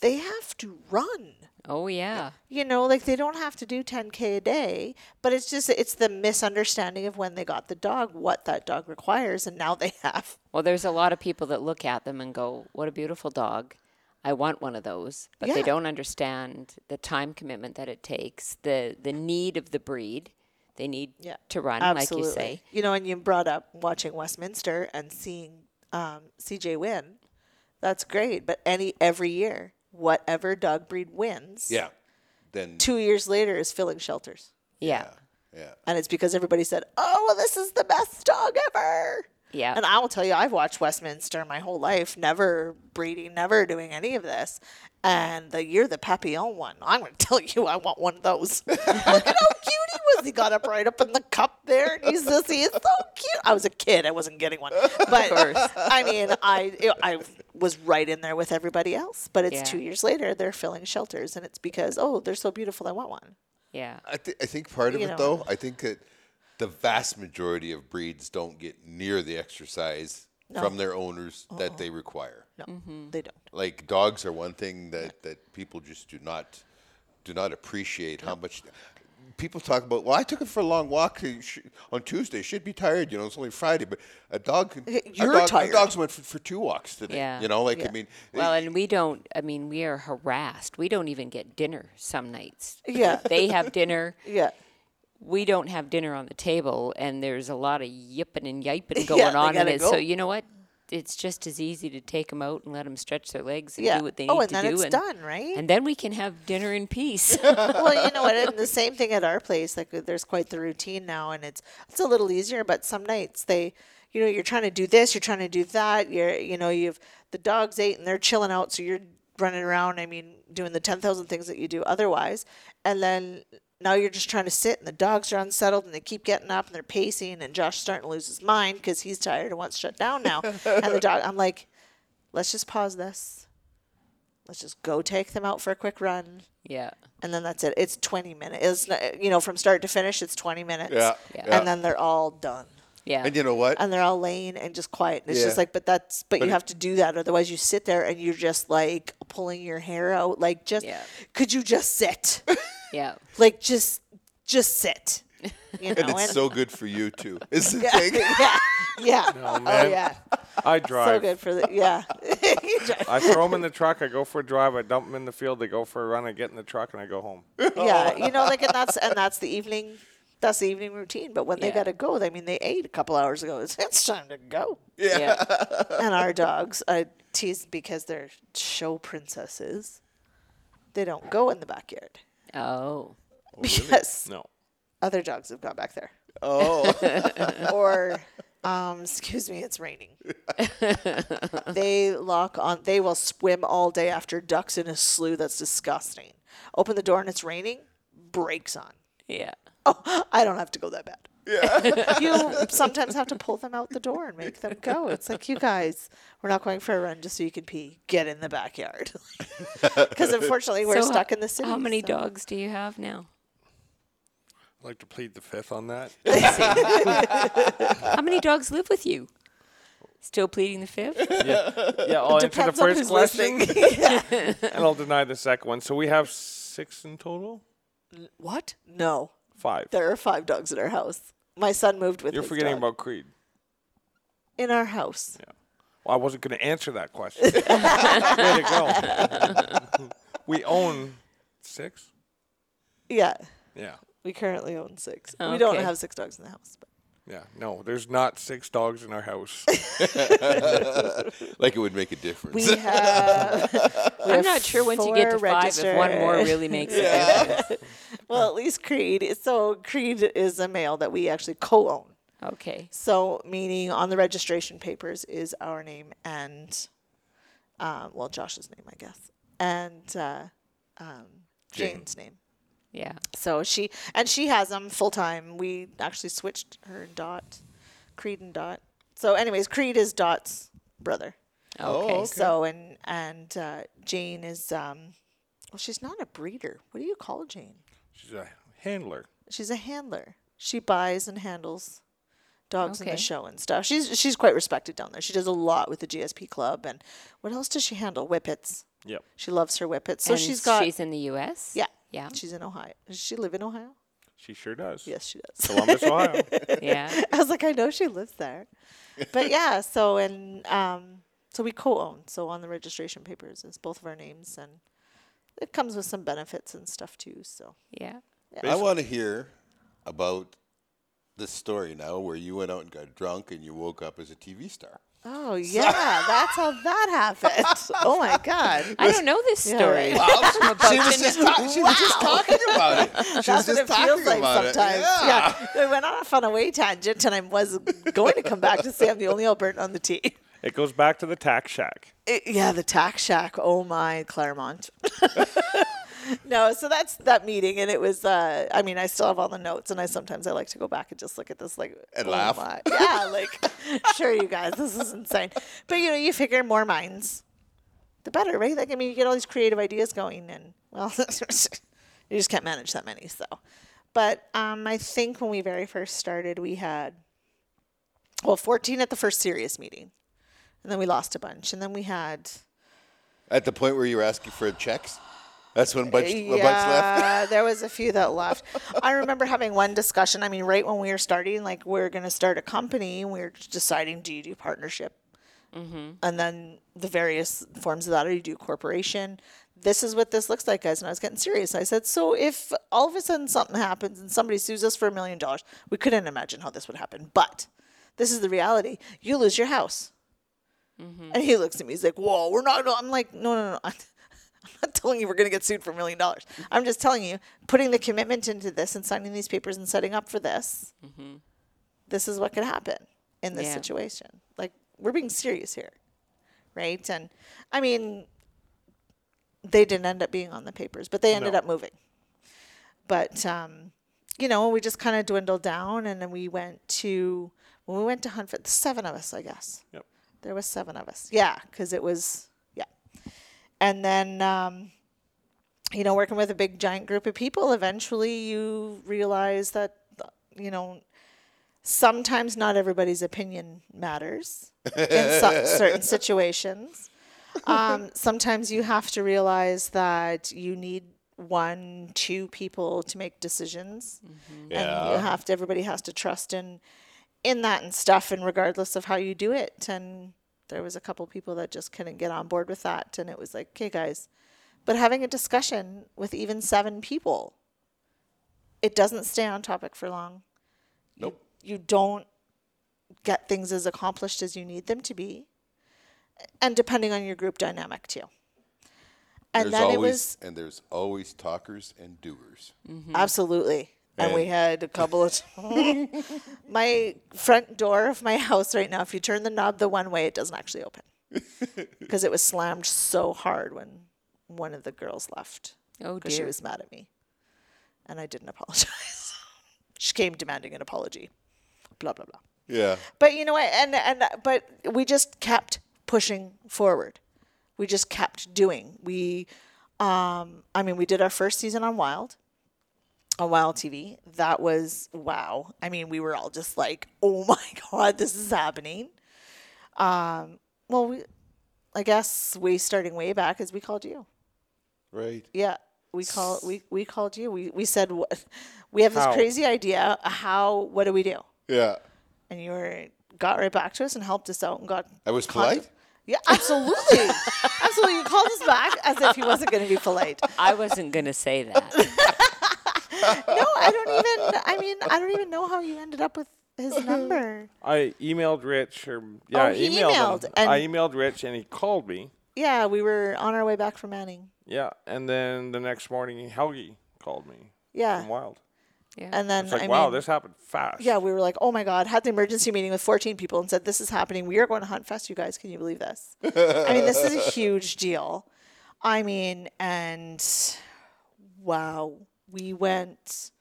D: they have to run.
C: Oh yeah.
D: You know, like they don't have to do 10k a day, but it's just it's the misunderstanding of when they got the dog, what that dog requires, and now they have.
C: Well, there's a lot of people that look at them and go, "What a beautiful dog." I want one of those, but they
D: Yeah.
C: don't understand the time commitment that it takes, the the need of the breed. They need
D: Yeah,
C: to run,
D: Absolutely.
C: like you say.
D: You know, and you brought up watching Westminster and seeing um, CJ win. That's great, but any every year, whatever dog breed wins,
B: Yeah. Then.
D: two years later is filling shelters,
C: Yeah.
B: Yeah.
D: and it's because everybody said, "Oh, well, this is the best dog ever."
C: Yeah.
D: And I will tell you, I've watched Westminster my whole life, never breeding, never doing any of this. And the year the Papillon won, I'm going to tell you, I want one of those. Look at how cute he was. He got up right up in the cup there, and he's just, he is so cute. I was a kid, I wasn't getting one, but
C: course.
D: I mean, I I was right in there with everybody else. But it's
C: Yeah.
D: two years later, they're filling shelters, and it's because oh, they're so beautiful, I want one.
C: yeah.
B: I, th- I think part of
D: You
B: it,
D: know.
B: though, I think that the vast majority of breeds don't get near the exercise from their owners that they require.
D: No,
C: Mm-hmm.
D: they don't.
B: Like dogs are one thing that, that people just do not do not appreciate how much people talk about. Well, I took it for a long walk to- sh- on Tuesday. Should be tired, you know. It's only Friday, but a dog. can- our
D: You're
B: dog- our
D: tired.
B: dogs went for, for two walks today.
C: Yeah.
B: You know, like I mean,
C: Well, and we don't. I mean, we are harassed. We don't even get dinner some nights.
D: Yeah.
C: they have dinner.
D: Yeah.
C: We don't have dinner on the table, and there's a lot of yipping and yiping going
D: they
C: on in
D: gotta
C: it. So
D: go.
C: you know what? It's just as easy to take them out and let them stretch their legs and
D: Yeah.
C: do what they need
D: Oh, and
C: to
D: then
C: do.
D: it's
C: and,
D: done, right?
C: And then we can have dinner in peace.
D: well, you know what? And the same thing at our place. Like uh, there's quite the routine now, and it's it's a little easier. But some nights they, you know, you're trying to do this, you're trying to do that. You're, you know, you've the dogs ate and they're chilling out, so you're running around. I mean, doing the ten thousand things that you do otherwise, and then. Now you're just trying to sit, and the dogs are unsettled, and they keep getting up, and they're pacing, and Josh's starting to lose his mind because he's tired and wants to shut down now. and the dog, I'm like, let's just pause this. Let's just go take them out for a quick run
C: yeah.
D: and then that's it. It's 20 minutes. It's not, you know from start to finish. It's 20 minutes.
B: Yeah,
C: Yeah.
B: yeah.
D: And then they're all done,
C: Yeah.
B: and you know what?
D: and uh, they're all laying and just quiet. And it's just
B: Yeah.
D: like, but that's but,
B: But
D: you
B: it-
D: have to do that, otherwise you sit there and you're just like pulling your hair out. Like just
C: Yeah.
D: could you just sit?
C: yeah.
D: like just just sit. You know.
B: and it's so good for you too. Is the thing.
D: yeah. Yeah. Oh,
H: man.
D: yeah.
H: I
D: So
H: drive.
D: good for the yeah. You drive.
H: I throw them in the truck. I go for a drive. I dump them in the field. They go for a run. I get in the truck and I go home.
B: Oh.
D: yeah, you know, like and that's and that's the evening, that's the evening routine. But when they
C: Yeah.
D: gotta go, I mean, they ate a couple hours ago. It's, it's time to go.
C: Yeah.
D: and our dogs, I tease because they're show princesses. They don't go in the backyard
C: Oh.
D: because
H: No.
D: other dogs have gone back there.
B: Oh,
D: Or, um, excuse me, it's raining. they lock on. They will swim all day after ducks in a slough. That's disgusting. Open the door and it's raining. Brakes on.
C: Yeah.
D: oh, I don't have to go that bad. Yeah. you sometimes have to pull them out the door and make them go. It's like, you guys, we're not going for a run just so you can pee. Get in the backyard. Because unfortunately, we're
C: So
D: stuck in the city.
C: How many
D: so-
C: dogs do you have now?
H: I'd like to plead the fifth on that.
C: How many dogs live with you? Still pleading the fifth?
H: Yeah, I'll answer the
D: Depends on
H: first
D: who's
H: question
D: listening.
H: and I'll deny the second one. So we have six in total.
D: what? No.
H: Five.
D: There are five dogs in our house. My son moved with
H: You're
D: his
H: forgetting
D: dog.
H: about Creed.
D: in our house.
H: Well, I wasn't going to answer that question. Way to go. we own six.
D: Yeah.
H: Yeah.
D: We currently own six. We don't
C: Okay.
D: have six dogs in the house. But
H: Yeah. No, there's not six dogs in our house.
B: like it would make a difference.
D: we have. we
C: I'm
D: have
C: not sure once you get to
D: four
C: five if one more
D: registered.
C: really makes a difference.
D: Well, at least Creed. is- So Creed is a male that we actually co-own.
C: Okay.
D: So meaning on the registration papers is our name and, um, well, Josh's name, I guess, and uh, um, Jane's name.
C: Yeah.
D: So she and she has them full time. We actually switched her and Dot, Creed and Dot. So, anyways, Creed is Dot's brother.
C: Okay.
D: So and and uh, Jane is um, well, she's not a breeder. What do you call Jane?
H: She's a handler.
D: She's a handler. She buys and handles dogs in
C: Okay.
D: the show and stuff. She's she's quite respected down there. She does a lot with the GSP club and what else does she handle? Whippets.
A: Yep.
D: She loves her whippets. So
C: And
D: she's got
C: She's in the U.S.
D: yeah
C: Yeah.
D: She's in Ohio. Does she live in Ohio?
A: She sure does.
D: Yes, she does.
A: Columbus, Ohio.
C: Yeah.
D: I was like, I know she lives there, but yeah. So and um, so we co-own. So on the registration papers is both of our names, and it comes with some benefits and stuff too. So
C: Yeah.
B: I want to hear about this story now where you went out and got drunk and you woke up as a TV star.
D: oh yeah, that's how that happened. Oh my god.
C: I don't know this
D: Yeah,
C: story.
D: right.
B: she was just, ta- she was just talking about it. She was
D: That's
B: just
D: what it
B: talking
D: feels like
B: about
D: sometimes.
B: it.
D: Yeah. I went off on a way tangent, and I was going to come back to say I'm the only Albertan on the team.
A: It goes back to the tax shack.
D: It- yeah, the tax shack. Oh my, Claremont. no, so that's that meeting, and it was. Uh, I mean, I still have all the notes, and I sometimes I like to go back and just look at this, like
B: And
D: oh
B: laugh.
D: my. Yeah, like sure, you guys, this is insane. But you know, you figure more minds, the better, right? Like I mean, you get all these creative ideas going, and well, you just can't manage that many. So, but um, I think when we very first started, we had well, fourteen at the first serious meeting. And then we lost a bunch. And then we had
B: At the point where you were asking for checks, that's when a bunch, a bunch left.
D: yeah, there was a few that left. I remember having one discussion. I mean, right when we were starting, like we are going to start a company, and we were deciding, do you do partnership?
B: Mm-hmm.
D: And then the various forms of that, or you do corporation. This is what this looks like, guys. And I was getting serious. I said, so if all of a sudden something happens and somebody sues us for a million dollars, we couldn't imagine how this would happen. But this is the reality. You lose your house. And he looks at me. He's like, "Whoa, we're not." I'm like, "No, no, no. I'm not telling you we're going to get sued for a million dollars. I'm just telling you, putting the commitment into this and signing these papers and setting up for this, this is what could happen in this
C: Yeah.
D: situation. Like, we're being serious here, right? And I mean, they didn't end up being on the papers, but they ended up moving. But um, you know, we just kind of dwindled down, and then we went to when we went to hunt for the seven of us, I guess.
A: Yep.
D: There was seven of us. Yeah, because it was yeah, and then um, you know, working with a big giant group of people, eventually you realize that you know sometimes not everybody's opinion matters in so- certain situations. Um, sometimes you have to realize that you need one, two people to make decisions, and you have to. Everybody has to trust in in that and stuff, and regardless of how you do it. And there was a couple people that just couldn't get on board with that, and it was like, okay, guys. But having a discussion with even seven people, it doesn't stay on topic for long
B: Nope.
D: you don't get things as accomplished as you need them to be and depending on your group dynamic too and
B: there's
D: then
B: always,
D: it was
B: and there's always talkers and doers.
C: Mm-hmm.
D: absolutely and we
B: And-
D: had a couple of my front door of my house right now if you turn the knob the one way it doesn't actually open because it was slammed so hard when one of the girls left
C: Oh
D: because she
C: dear.
D: was mad at me and i didn't apologize she came demanding an apology blah blah blah
B: Yeah.
D: But you know what? And and but we just kept pushing forward. We just kept doing. We, um, I mean, we did our first season on Wild, on Wild TV. That was wow. I mean, we were all just like, oh my god, this is happening. Um, well, we, I guess we starting way back as we called you.
B: Right.
D: Yeah, we call we we called you. We we said what, we have this
A: How?
D: crazy idea. How? What do we do?
B: Yeah.
D: and you were got right back to us and helped us out and got.
B: I was
D: contact-
B: polite?
D: Yeah, absolutely, absolutely. You called us back as if he wasn't going to be polite.
C: I wasn't gonna say that.
D: No, I don't even. I mean, I don't even know how you ended up with his number.
A: I emailed Rich, or yeah, I
D: Oh, he
A: emailed,
D: emailed,
A: him.
D: and-
A: I emailed Rich, and he called me.
D: Yeah, we were on our way back from Manning.
A: Yeah, and then the next morning, Helgi called me.
D: Yeah,
A: From Wild.
D: and then
A: It's like,
D: I
A: wow,
D: mean,
A: this happened fast.
D: yeah, we were like, oh my god, had the emergency meeting with 14 people and said, this is happening. We are going to Hunt Fest, you guys. Can you believe this? I mean, this is a huge deal. I mean, and wow, we went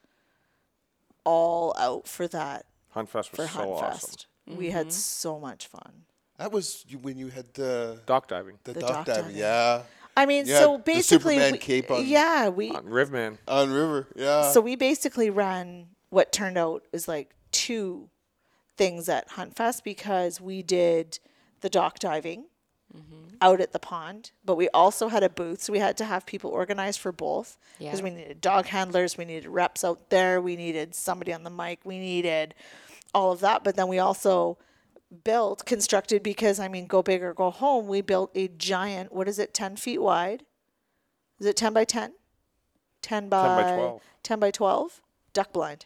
D: all out for that
A: Huntfest
D: for
A: was so
D: Hunt
A: awesome.
D: Fest. We had so much fun.
B: That was you- when you had the
A: Dock diving.
B: the,
D: The
B: dock,
D: dock
B: diving.
D: diving.
B: Yeah.
D: I mean,
B: Yeah,
D: so
B: the
D: basically,
B: Superman
D: we-
B: cape on-
D: yeah, we
A: On Rivman.
B: On river. Yeah.
D: so we basically ran what turned out is like two things at Hunt Fest because we did the dock diving out at the pond, but we also had a booth, so we had to have people organized for both because
C: Yeah.
D: we needed dog handlers, we needed reps out there, we needed somebody on the mic, we needed all of that. But then we also built, constructed because I mean, go big or go home. We built a giant. What is it? Ten feet wide. Is it ten by ten? Ten by Mm-hmm.
A: 12.
D: Ten by twelve. Duck blind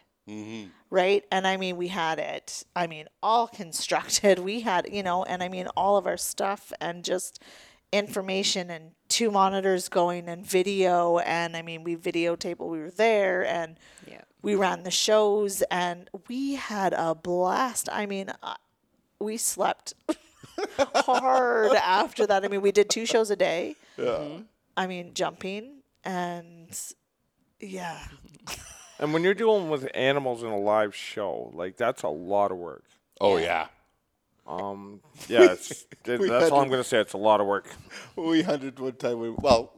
D: right? And I mean, we had it, I mean, all constructed. We had, you know, and I mean, all of our stuff and just information and two monitors going and video. And I mean, we videotaped while we were there and
C: Yeah.
D: we ran the shows and we had a blast. I mean, I- we slept hard after that. I mean, we did two shows a day. Yeah. I mean, jumping and yeah.
A: And when you're dealing with animals in a live show, like that's a lot of work.
B: Oh yeah.
A: Um, yeah, it's, that-
B: We
A: that's
B: had
A: all
B: to-
A: I'm gonna say. It's a lot of work.
B: We hunted one time. When, well,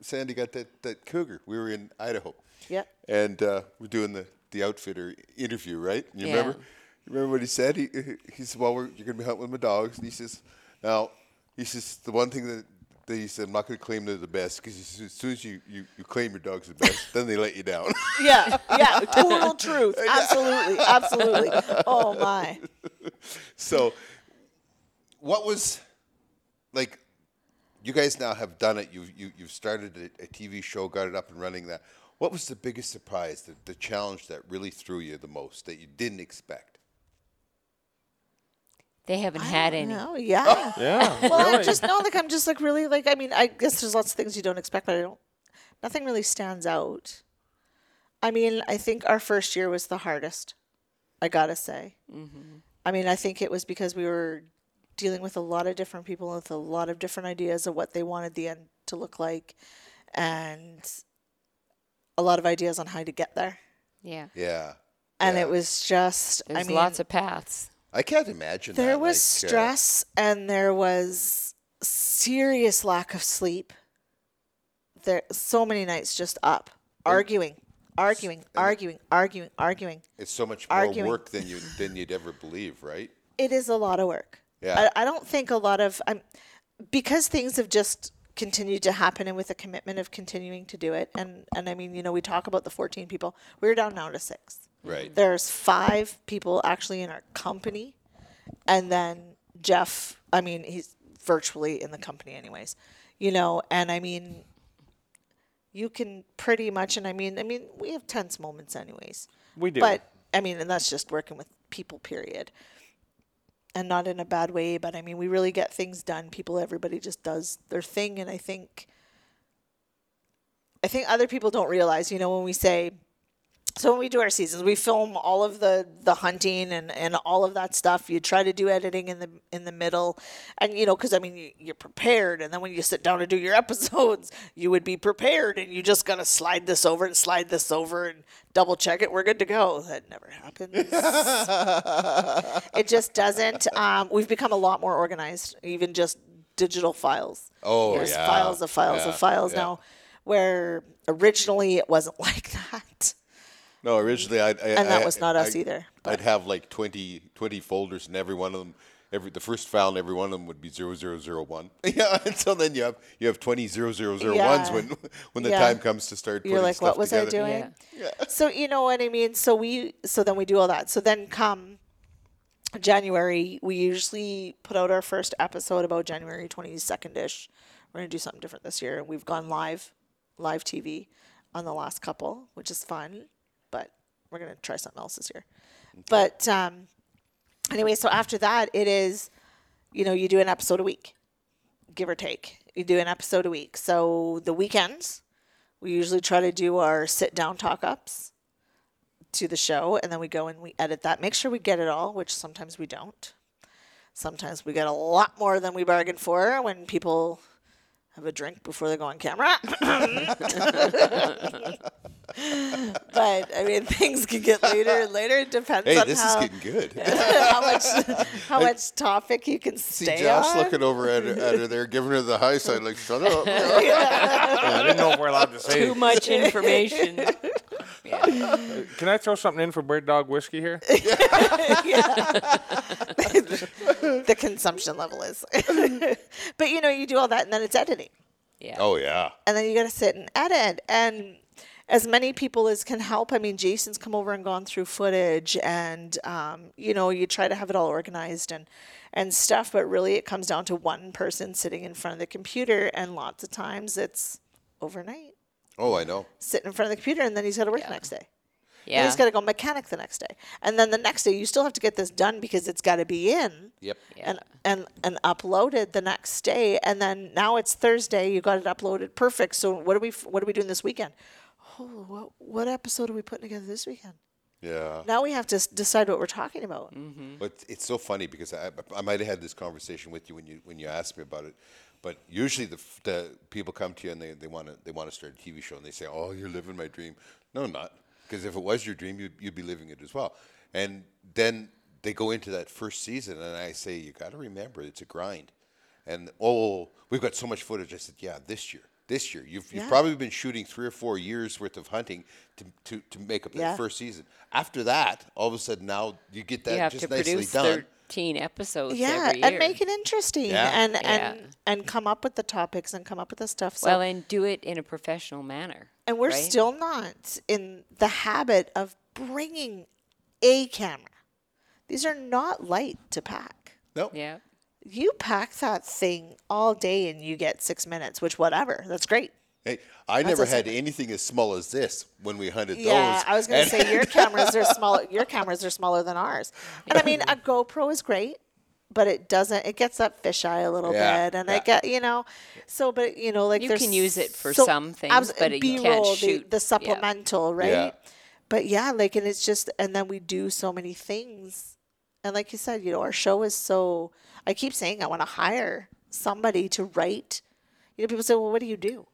B: Sandy got that, that cougar. We were in Idaho.
D: Yeah.
B: And uh, we're doing the, the outfitter interview, right? You
C: Yeah.
B: remember? You remember what he said? He, he said, "Well, we're, you're going to be hunting with my dogs." And he says, "Now, he says the one thing that, that he said, I'm not going to claim they're the best because as soon as you, you, you claim your dog's the best, then they let you down."
D: Yeah, yeah, total truth. Absolutely, absolutely. Oh my.
B: so, what was like? You guys now have done it. You've you, you've started a, a TV show, got it up and running. That what was the biggest surprise, the, the challenge that really threw you the most that you didn't expect?
C: They haven't had any.
D: No, yeah.
A: Yeah,
D: Well, I
A: really.
D: just no, like I'm just like really like I mean I guess there's lots of things you don't expect, but I don't. Nothing really stands out. I mean, I think our first year was the hardest. I gotta say. I mean, I think it was because we were dealing with a lot of different people with a lot of different ideas of what they wanted the end to look like, and a lot of ideas on how to get there.
C: Yeah.
B: Yeah,
D: And it was just,
C: There's
D: I mean,
C: lots of paths.
B: I can't imagine.
D: there
B: that,
D: was
B: like, uh,
D: stress and there was serious lack of sleep there so many nights just up arguing arguing arguing arguing arguing
B: it's so much more
D: arguing.
B: work than you than you'd ever believe, right?
D: it is a lot of work
B: Yeah.
D: i, I don't think a lot of i'm because things have just continued to happen and with a commitment of continuing to do it and and i mean you know we talk about the 14 people we're down now to six
B: Right.
D: there's five people actually in our company and then jeff i mean he's virtually in the company anyways you know and i mean you can pretty much and i mean i mean we have tense moments anyways
A: We do.
D: but i mean and that's just working with people period and not in a bad way but i mean we really get things done people everybody just does their thing and i think i think other people don't realize you know when we say so when we do our seasons we film all of the the hunting and and all of that stuff you try to do editing in the in the middle and you know because i mean you, you're prepared and then when you sit down to do your episodes you would be prepared and you just gotta slide this over and slide this over and double check it we're good to go that never happens it just doesn't um, we've become a lot more organized even just digital files
B: Oh,
D: there's
B: yeah.
D: files of files
B: Yeah,
D: of files
B: yeah.
D: now where originally it wasn't like that
B: No, originally I, I
D: And that was not us either,
B: I'd have like 20, 20 folders, and every one of them, every the first file in every one of them would be 0001. yeah, and so then you have you have twenty zero zero zero ones
D: Yeah.
B: when when the
D: Yeah.
B: time comes to start.
D: you're
B: putting
D: like
B: stuff
D: what was
B: together.
D: i doing
C: Yeah.
D: so you know what i mean so we so then we do all that so then come january we usually put out our first episode about january 22nd ish we're going to do something different this year we've gone live live tv on the last couple which is fun but we're going to try something else this year but um anyway so after that it is you know you do an episode a week give or take you do an episode a week so the weekends we usually try to do our sit down talk ups to the show and then we go and we edit that make sure we get it all which sometimes we don't sometimes we get a lot more than we bargained for when people have a drink before they go on camera but i mean things can get later and later it depends
B: Hey,
D: on
B: this
D: how,
B: is getting good.
D: how much how much topic you can
B: See
D: stay
B: Josh
D: on.
B: looking over at her, at her there, giving her the high side, like shut up.
A: I didn't know if we're allowed to say.
C: Too much information.
A: Can I throw something in for Bird Dog Whiskey here?
D: the consumption level is. but you know, you do all that and then it's editing.
C: Yeah.
B: Oh yeah.
D: and then you got to sit and edit and as many people as can help i mean jason's come over and gone through footage and um, you know you try to have it all organized and and stuff but really it comes down to one person sitting in front of the computer and lots of times it's overnight
B: Oh, I know.
D: sitting in front of the computer and then he's got to work the next day
C: Yeah.
D: and he's got to go mechanic the next day and then the next day you still have to get this done because it's got to be in
B: Yep.
D: and and and uploaded the next day and then now it's thursday you got it uploaded perfect so what are we what are we doing this weekend oh what, what episode are we putting together this weekend
B: Yeah.
D: now we have to s- decide what we're talking about
C: Mm,
B: But it's so funny because I, I might have had this conversation with you when you when you asked me about it, but usually the, f- the people come to you and they they want to they want to start a TV show and they say, "Oh, you're living my dream." No, I'm not because if it was your dream, you'd, you'd be living it as well. And then they go into that first season, and I say, "You got to remember, it's a grind." And oh, we've got so much footage. I said, "Yeah, this year." This year, you've, you've
D: Yeah.
B: probably been shooting three or four years worth of hunting to, to, to make up that
D: Yeah.
B: first season. After that, all of a sudden, now you get that
C: you have
B: just
C: to
B: nicely
C: produce
B: done.
C: 13 episodes
D: yeah
C: every year.
D: and make it interesting
B: Yeah.
D: and
C: Yeah.
D: and and come up with the topics and come up with the stuff so
C: well, and do it in a professional manner.
D: and we're
C: right?
D: still not in the habit of bringing a camera these are not light to pack
B: No.
C: Yeah.
D: you pack that thing all day and you get six minutes, which whatever, that's great.
B: Hey, I never
D: awesome.
B: had anything as small as this when we hunted
D: Yeah,
B: those.
D: I was gonna
B: And-
D: say your cameras are smaller. Your cameras are smaller than ours, and I mean a GoPro is great, but it doesn't. It gets that fisheye a little
B: Yeah,
D: bit, and
B: yeah.
D: I get you know. So, but you know, like
C: You
D: there's
C: can use it for
D: so-
C: some things,
D: abs-
C: but you can't
D: B-roll,
C: shoot.
D: the,
C: Yeah.
D: the supplemental, right?
B: Yeah.
D: But yeah, like, and it's just, and then we do so many things, and like you said, you know, our show is so. I keep saying I want to hire somebody to write. You know, people say, "Well, what do you do?"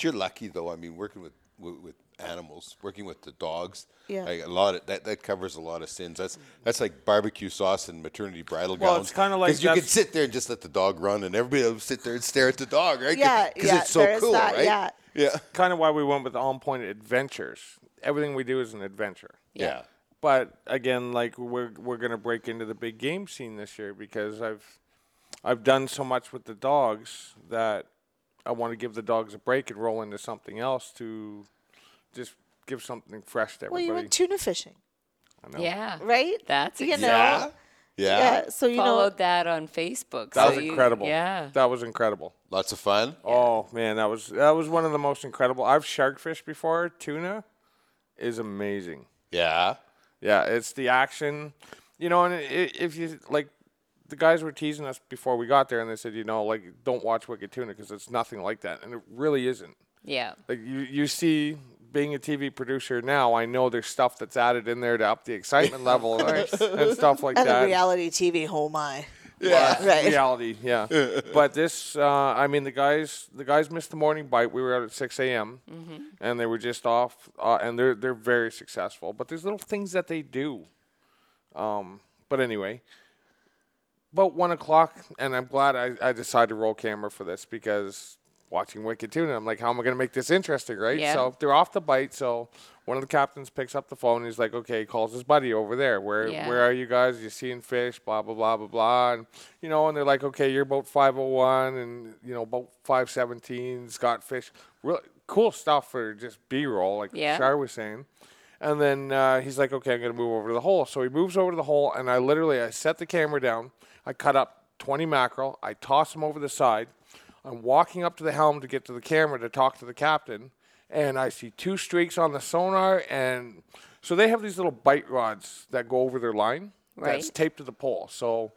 B: You're lucky though. I mean, working with with, with animals, working with the dogs.
D: Yeah.
B: Like a lot of that, that covers a lot of sins. That's that's like barbecue sauce and maternity bridal
A: Well,
B: gowns.
A: it's kinda like
B: you can
A: that's-
B: sit there and just let the dog run, and everybody will sit there and stare at the dog, right?
D: Yeah,
B: because
D: yeah,
B: it's so
D: there is
B: cool,
D: that,
B: right?
D: yeah.
B: yeah,
A: Kind of why we went with On Point Adventures. Everything we do is an adventure.
B: yeah.
A: But again, like we're we're gonna break into the big game scene this year because I've I've done so much with the dogs that I want to give the dogs a break and roll into something else to just give something fresh to
D: Well,
A: everybody.
D: you went tuna fishing,
C: Yeah.
D: right?
C: That's
D: you know,
C: exactly-
B: Yeah.
D: yeah. So you know,
C: Followed that on Facebook.
A: That
C: so
A: was
C: you-
A: incredible.
C: yeah.
A: That was incredible.
B: Lots of fun.
A: Oh man, that was that was one of the most incredible. I've shark fished before. Tuna is amazing.
B: Yeah,
A: Yeah, it's the action, you know. And i if you like, the guys were teasing us before we got there, and they said, you know, like don't watch Wicked Tuna because it's nothing like that, and it really isn't.
C: yeah.
A: Like you, you see, being a TV producer now, I know there's stuff that's added in there to up the excitement level and, and stuff like
D: and
A: that.
D: the reality TV, oh my,
A: Yeah,
D: right.
A: uh, reality. Yeah, but this, uh, I mean, the guys, the guys missed the morning bite. We were out at six a.m. and they were just off, uh, and they're they're very successful. But there's little things that they do. Um, but anyway, about one o'clock, and I'm glad I, I decided to roll camera for this because watching Wicked Tuna, I'm like, how am I going to make this interesting, right?
C: Yeah.
A: So they're off the bite. So one of the captains picks up the phone. And he's like, okay, calls his buddy over there. Where
C: Yeah.
A: where are you guys? You seeing fish? Blah blah blah blah blah. And you know, and they're like, okay, you're about 501, and you know, about 517. Scott Fish, real cool stuff for just B-roll, like
C: Yeah.
A: Shar was saying. And then uh, he's like, okay, I'm going to move over to the hole. So he moves over to the hole, and I literally, I set the camera down. I cut up 20 mackerel. I toss them over the side. I'm walking up to the helm to get to the camera to talk to the captain, and I see two streaks on the sonar. And so they have these little bite rods that go over their line that's
C: Right.
A: taped to the pole. So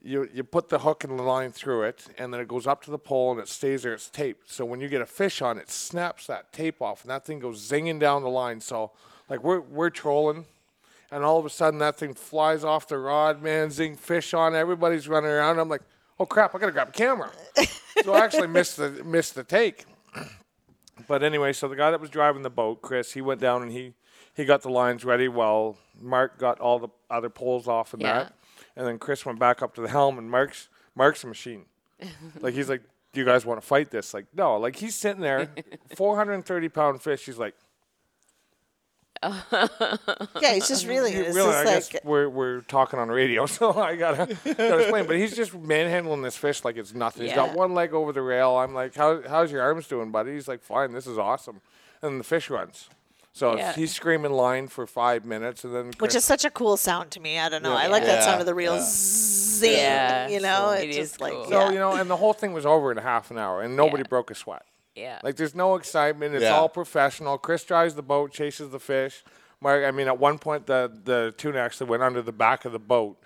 A: you you put the hook and the line through it, and then it goes up to the pole and it stays there. It's taped. So when you get a fish on, it snaps that tape off, and that thing goes zinging down the line. So like we're we're trolling, and all of a sudden that thing flies off the rod, man, zing fish on. Everybody's running around. I'm like, oh crap, I gotta grab a camera. so I actually missed the missed the take. But anyway, so the guy that was driving the boat, Chris, he went down and he he got the lines ready while Mark got all the other poles off and
C: Yeah.
A: that. And then Chris went back up to the helm and Mark's Mark's a machine. like he's like, Do you guys want to fight this? Like, no, like he's sitting there, four hundred and thirty pound fish, he's like,
D: yeah, he's just reeling
A: You
D: it. It's
A: really-
D: just
A: I
D: like
A: guess we're, we're talking on radio, so I gotta, gotta explain. But he's just manhandling this fish like it's nothing. He's
C: Yeah.
A: got one leg over the rail. I'm like, How, how's your arms doing, buddy? He's like, fine, this is awesome. And the fish runs. So
C: Yeah.
A: he's screaming line for five minutes, and then
D: which
A: Chris-
D: is such a cool sound to me. I don't know. I like that
B: Yeah.
D: sound of the real
B: Yeah.
D: zing.
C: Yeah,
D: You know,
C: it
D: it's
C: is
D: just like
C: cool.
A: so
D: yeah.
A: you know, and the whole thing was over in half an hour, and nobody
C: Yeah.
A: broke a sweat.
C: Yeah.
A: Like there's no excitement. It's
B: Yeah.
A: all professional. Chris drives the boat, chases the fish. Mark, I mean, at one point the the tuna actually went under the back of the boat,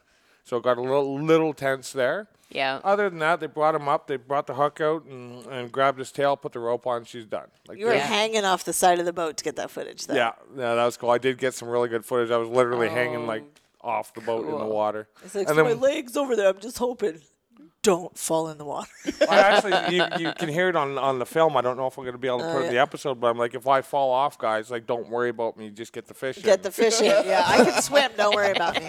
A: so it got a little little tense there.
C: yeah.
A: Other than that, they brought him up. They brought the hook out and, and grabbed his tail, put the rope on. She's done. Like
D: you were
A: there's-
D: hanging off the side of the boat to get that footage. Though.
A: yeah, yeah, that was cool. I did get some really good footage. I was literally hanging like off the boat in the
C: cool.
A: water.
D: Oh. It's like
A: And
D: "So
A: then-
D: my legs over there. I'm just hoping don't fall in the water.
A: I actually, you, you can hear it on, on the film. I don't know if we're going to be able to put
D: Oh,
A: it in the episode, but I'm like, if I fall off, guys, like, don't worry about me. Just get the fish.
D: get the fish in. Yeah, I can swim. Don't worry about me.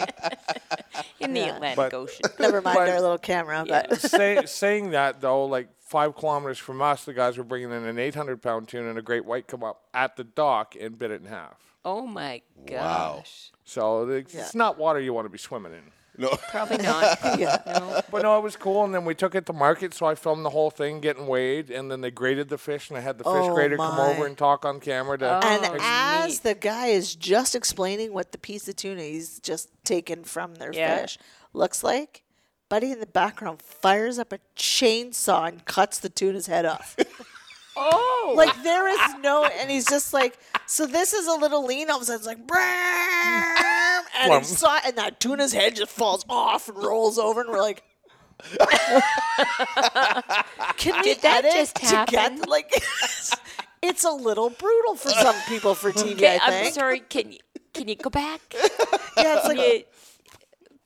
C: In the
D: Yeah.
C: Atlantic
A: But-
C: Ocean.
D: Never mind
A: But-
D: our little camera. But
A: Say, saying that though, like five kilometers from us, the guys were bringing in an 800 pound tuna and a great white come up at the dock and bit it in half.
C: Oh my gosh.
B: Wow.
A: So it's
D: Yeah.
A: not water you want to be swimming in.
B: No.
C: Probably not.
D: Yeah.
C: No.
A: But no, it was cool. And then we took it to market, so I filmed the whole thing getting weighed, and then they graded the fish, and I had the fish
D: Oh,
A: grader come
D: my.
A: over and talk on camera to.
D: and
C: Oh,
D: as
C: neat.
D: the guy is just explaining what the piece of tuna he's just taken from their
C: Yeah.
D: fish looks like, Buddy in the background fires up a chainsaw and cuts the tuna's head off.
C: Oh.
D: Like there is no, and he's just like, so this is a little lean. All of a sudden, it's like, "Brrrr," and he
A: Plump.
D: saw, and that tuna's head just falls off and rolls over, and we're like, can we
C: Did that
D: edit
C: just
D: to
C: happen?
D: get like? It's a little brutal for some people for TV,
C: Okay,
D: I
C: I'm
D: think.
C: sorry. Can you can you go back?
D: Yeah, it's like,
C: You-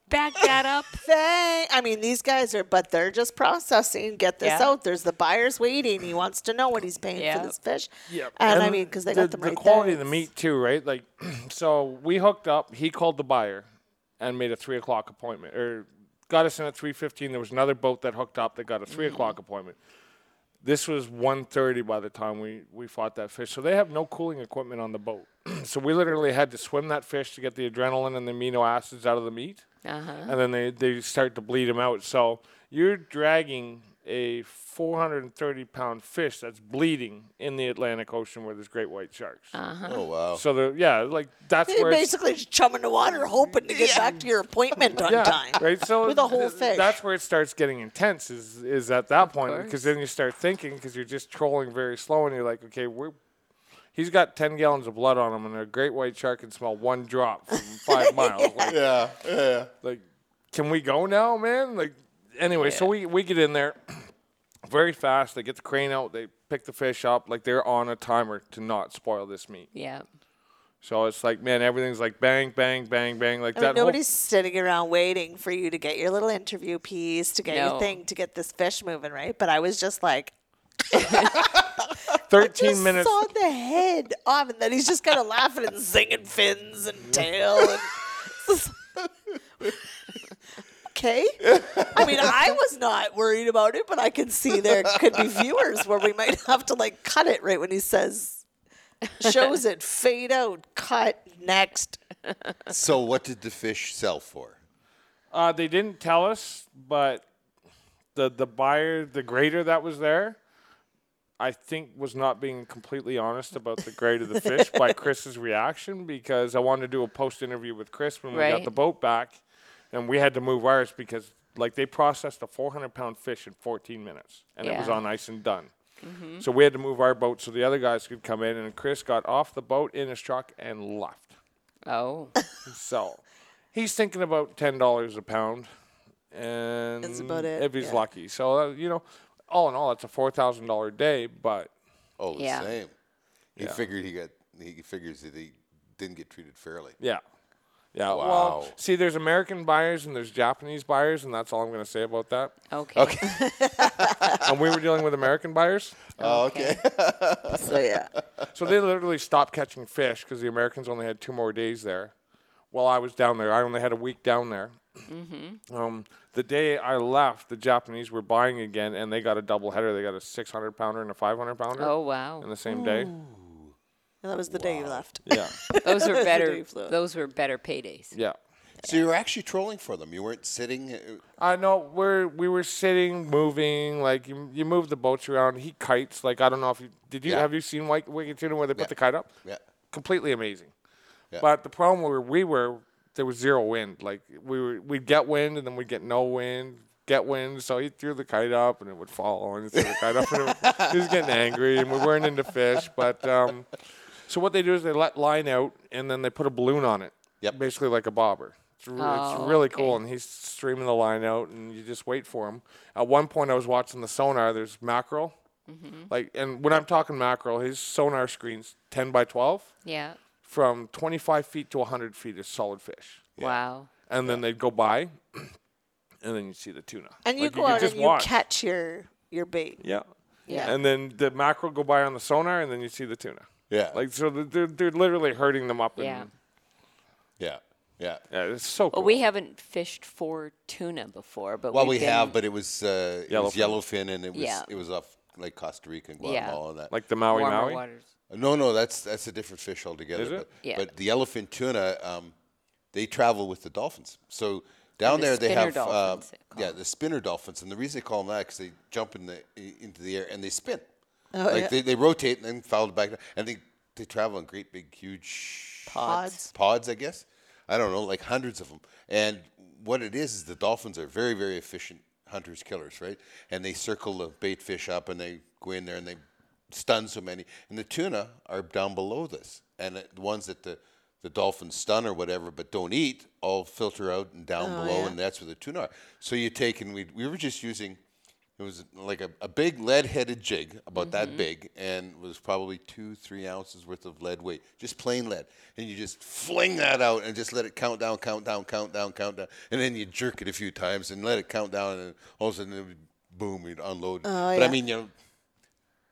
C: back that up.
D: thing. I mean, these guys are, but they're just processing. Get this
C: Yeah.
D: out. There's the buyer's waiting. He wants to know what he's paying
C: Yeah.
D: for this fish. And, I mean, because they
A: the,
D: got them
A: the
D: right
A: quality
D: there.
A: of the meat too, right? Like, so we hooked up. He called the buyer, and made a three o'clock appointment, or got us in at three fifteen. There was another boat that hooked up that got a 3
D: Mm.
A: o'clock appointment. This was 1.30 by the time we we fought that fish. So they have no cooling equipment on the boat. so we literally had to swim that fish to get the adrenaline and the amino acids out of the meat, and then they they start to bleed them out. So you're dragging. A 430 pound fish that's bleeding in the Atlantic Ocean where there's great white sharks.
B: Oh wow.
A: So the yeah, like that's
D: You're
A: where it's-
D: basically just chumming the water, hoping to get back to your appointment on
A: yeah,
D: time.
A: right. So
D: with a whole
A: th-
D: fish.
A: That's where it starts getting intense. Is is at that point
C: course.
A: because then you start thinking because you're just trolling very slow and you're like, okay, we're. He's got ten gallons of blood on him, and a great white shark can smell one drop from five miles. Like,
B: Yeah. Yeah.
A: like, can we go now, man? Like, anyway, so we we get in there very fast. They get the crane out. They pick the fish up. Like they're on a timer to not spoil this meat.
C: Yeah.
A: So it's like, man, everything's like bang, bang, bang, bang. Like
D: I mean,
A: that. whole-
D: nobody's sitting around waiting for you to get your little interview piece, to get
C: No.
D: your thing, to get this fish moving, right? But I was just like,
A: 13
D: just
A: minutes.
D: saw the head off, and then he's just kind of laughing and zinging fins and tail. And It's just- okay. I mean, I was not worried about it, but I can see there could be viewers where we might have to like cut it right when he says, shows it, fade out, cut, next.
B: So what did the fish sell for?
A: Uh, they didn't tell us, but the the buyer, the grader that was there, I think was not being completely honest about the grade of the fish by Chris's reaction because I wanted to do a post interview with Chris when we got
C: Right.
A: the boat back, and we had to move ours because like they processed a 400 pound fish in 14 minutes and it was
C: Yeah. Mm-hmm.
A: on ice and done. So we had to move our boat so the other guys could come in, and Chris got off the boat in his truck and left.
C: Oh.
A: So he's thinking about ten dollars a pound, and
D: That's about it,
A: If he's
D: yeah.
A: lucky, so uh, you know, all in all, it's a four thousand dollar day. But
B: Oh, the
C: Yeah.
B: same. He
A: Yeah.
B: figured he got. He figures that he didn't get treated fairly.
A: yeah, yeah.
B: Wow.
A: Well, see, there's American buyers and there's Japanese buyers, and that's all I'm going to say about that.
C: Okay. Okay.
A: and we were dealing with American buyers,
B: Oh, okay.
D: So, yeah.
A: so they literally stopped catching fish because the Americans only had two more days there. While I was down there, I only had a week down there.
B: Mm-hmm.
A: Um, the day I left, the Japanese were buying again,
B: Oh.
A: and they got a double header. They got a 600 pounder and a 500 pounder.
C: Oh wow.
A: in the same day.
D: And that was the day you left.
A: Yeah.
D: That
C: Those were
D: was the day
C: better.
D: you flew.
C: Those were better paydays.
A: Yeah.
B: So you were actually trolling for them. You weren't sitting. uh,
A: I know we're we were sitting, moving, like you, you move the boats around. He kites, like I don't know if you did you
B: Yeah.
A: have you seen Wake Wicked Tuna where they
B: Yeah.
A: put the kite up?
B: Yeah.
A: Completely amazing.
B: Yeah.
A: But the problem where we were, there was zero wind. Like we were, we'd get wind and then we'd get no wind, get wind. So he threw the kite up and it would fall, and he threw the kite up. And it would, he was getting angry, and we weren't into fish. But um, so what they do is they let line out, and then they put a balloon on it.
B: Yep.
A: Basically like a bobber. It's, re-
C: Oh,
A: it's really
C: okay.
A: cool, and he's streaming the line out, and you just wait for him. At one point, I was watching the sonar. There's mackerel.
C: Mm-hmm.
A: Like, and when I'm talking mackerel, his sonar screen's 10 by 12
C: Yeah.
A: from 25 feet to 100 feet is solid fish.
C: Wow.
A: And then they'd go by, and then you see the tuna.
D: And you
A: Like,
D: go
A: could
D: out
A: just
D: and
A: watch.
D: you catch your your bait.
A: Yeah.
C: Yeah.
A: And then the mackerel go by on the sonar, and then you see the tuna.
B: Yeah.
A: Like, so they're- they're, they're literally herding them up.
C: Yeah.
A: And,
B: Yeah. Yeah.
A: yeah, it's so cool.
C: Well, we haven't fished for tuna before, but
B: Well,
C: we've
B: we
C: been-
B: have, but it was uh, it was
A: Yellowfin.
B: yellowfin, and it was
C: Yeah.
B: it was off like Costa Rica and
C: Yeah.
B: Guatemala and that.
A: like the Maui
C: warmer
A: Maui.
C: waters.
B: No, no, that's that's a different fish altogether.
A: Is it?
B: But,
C: Yeah.
B: but the yellowfin tuna, um, they travel with the dolphins. So down
C: the
B: there they
C: spinner
B: have uh,
C: dolphins, they call
B: yeah the spinner dolphins, and the reason they call them that because they jump in the i- into the air and they spin,
D: Oh,
B: like
D: yeah.
B: they, they rotate and then foul back, and they they travel in great big huge
D: Pods.
B: pods, I guess. I don't know, like hundreds of them. And what it is is the dolphins are very, very efficient hunters, killers, right? And they circle the bait fish up and they go in there and they stun so many. And the tuna are down below this. And it- the ones that the, the dolphins stun or whatever but don't eat all filter out and down below, and that's where the tuna are. So you take, and we, we were just using. It was like a, a big lead headed jig, about
D: Mm-hmm.
B: that big, and was probably two, three ounces worth of lead weight, just plain lead. And you just fling that out and just let it count down, count down, count down, count down. And then you jerk it a few times and let it count down, and all of a sudden, it would, boom, you'd unload. but I
D: Oh, yeah.
B: mean, you know,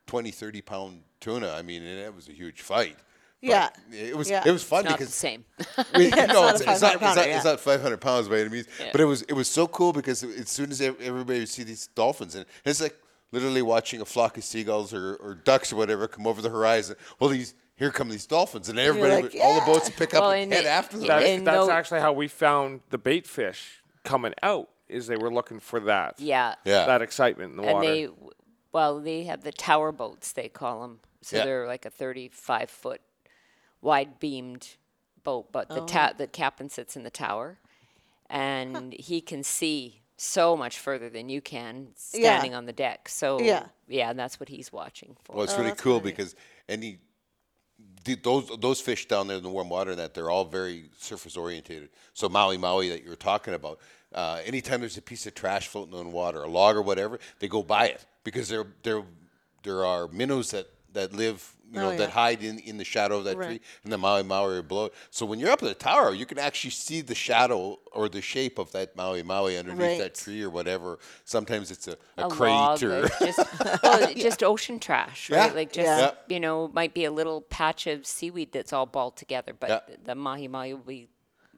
B: 20, 30 pound tuna, I mean, and it was a huge fight. But
D: Yeah.
B: It was,
D: Yeah.
B: it was fun
C: Not the
B: because
C: same.
B: we, no, it's,
D: not a
B: it's
D: 500
B: not, it's,
D: pounder,
B: not, it's
D: yeah.
B: not 500 pounds by any means. But it was it was so cool because as soon as ev- everybody would see these dolphins, and it's like literally watching a flock of seagulls or, or ducks or whatever come over the horizon. Well, these here come these dolphins, and everybody,
D: like,
B: would- all the boats would pick up
C: Well,
B: and
C: and
B: head
C: it-
B: after them.
C: it-
B: right?
A: That's,
C: And
A: that's
C: no-
A: actually how we found the bait fish coming out. Is they were looking for that.
C: yeah.
B: Yeah.
A: That excitement in the
C: And
A: water.
C: they, well, they have the tower boats. They call them. So
B: Yeah.
C: they're like a 35 foot wide beamed boat, but the ta-
B: Oh.
C: the captain sits in the tower, and he can see so much further than you can standing on the deck. So
D: Yeah.
C: yeah, and that's what he's watching for.
B: Well, it's really cool because any the, those those fish down there in the warm water and that they're all very surface orientated. So Maui Maui that you were talking about, uh, anytime there's a piece of trash floating on water, a log or whatever, they go by it because there there there are minnows that that live you know that hide in, in the shadow of that tree and the Maui Maui are below. it. So when you're up in the tower, you can actually see the shadow or the shape of that Maui Maui underneath
D: Right.
B: that tree or whatever. Sometimes it's a, a,
C: a log,
B: crater.
C: like just, well, it- just ocean trash, right?
B: Yeah.
C: Like just
B: Yeah.
C: you know, might be a little patch of seaweed that's all balled together, but
B: Yeah.
C: th- the mahi mahi will be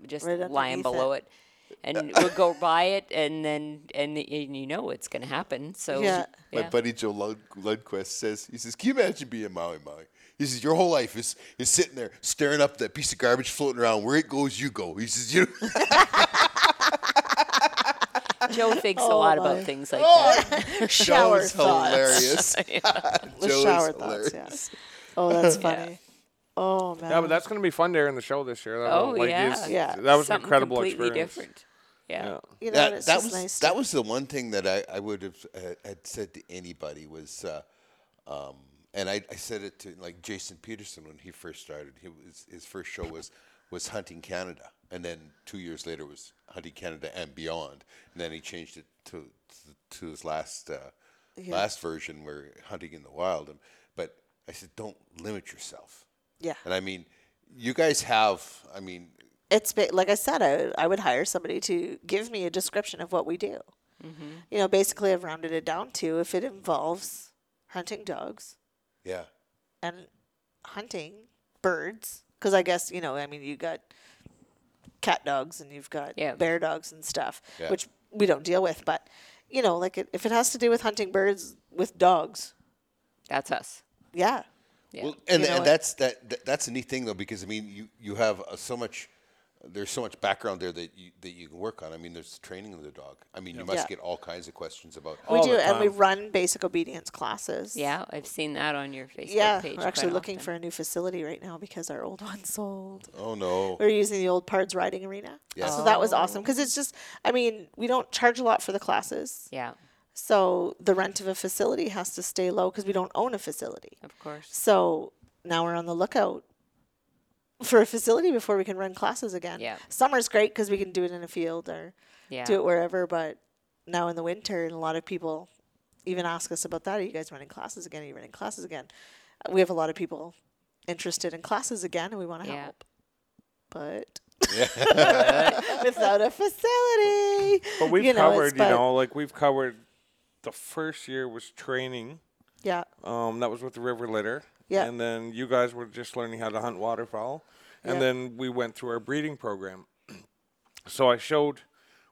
C: just
D: Right
C: lying
D: underneath
C: below it. And we'll go by it, and then and, and you know it's going to happen. So
D: Yeah.
B: My
C: yeah.
B: buddy Joe Lund- Lundquist says, he says, can you imagine being in Maui Maui? He says, your whole life is, is sitting there staring up at that piece of garbage floating around. Where it goes, you go. He says, you
C: Joe thinks
D: Oh,
C: a lot about things like that.
D: Shower
B: Joe's
D: thoughts.
B: hilarious.
D: The
B: Joe is
D: shower thoughts, yes. Oh, that's funny. Oh man.
A: yeah, but that's going to be fun during the show this year. That
C: Oh
A: was, like,
C: yeah.
A: it's-
D: Yeah.
A: That was an
C: Something
A: incredible
C: completely
A: experience.
C: different. Yeah.
D: you know,
B: That-
D: it's
B: that
D: just
B: was
D: nice.
B: that
D: to-
B: was the one thing that I, I would have uh, had said to anybody was, uh, um, and I, I said it to like Jason Peterson when he first started. He was, his first show was was Hunting Canada, and then two years later was Hunting Canada and Beyond, and then he changed it to to, to his last uh, last version where Hunting in the Wild. And, but I said, don't limit yourself,
D: yeah.
B: and I mean, you guys have, I mean.
D: it's ba- like I said, I, I would hire somebody to give me a description of what we do. You know, basically, I've rounded it down to if it involves hunting dogs
B: Yeah,
D: and hunting birds, because I guess you know, I mean, you got cat dogs and you've got
C: Yeah.
D: bear dogs and stuff,
B: Yeah.
D: which we don't deal with. But you know, like it, if it has to do with hunting birds with dogs,
C: That's us.
D: yeah,
C: Yeah.
B: Well, and,
C: You know
B: and
C: what?
B: that's that, that that's a neat thing though because I mean you you have uh, so much there's so much background there that you that you can work on. I mean there's training of the dog. I mean you must
D: Yeah.
B: get all kinds of questions about
D: We
A: All
D: do,
A: the
D: and we
A: time.
D: run basic obedience classes.
C: Yeah, I've seen that on your Facebook
D: Yeah,
C: page.
D: we're actually
C: quite
D: looking
C: often.
D: for a new facility right now because our old one sold.
B: oh no.
D: We're using the old Pards Riding Arena.
B: Yes.
D: So that was awesome because it's just, I mean, we don't charge a lot for the classes.
C: Yeah,
D: So the rent of a facility has to stay low because we don't own a facility.
C: of course.
D: So now we're on the lookout for a facility before we can run classes again.
C: Yeah.
D: Summer's great because we can do it in a field or
C: Yeah.
D: do it wherever, but now in the winter, and a lot of people even ask us about that. Are you guys running classes again? Are you running classes again? Uh, We have a lot of people interested in classes again, and we want to
C: Yeah.
D: help. But without a facility,
A: But we've
D: you know, it's-
A: covered, you
D: but-
A: know, like we've covered. The first year was training.
D: yeah,
A: Um, that was with the river litter.
D: Yeah.
A: And then you guys were just learning how to hunt waterfowl. And
D: Yeah.
A: then we went through our breeding program. so I showed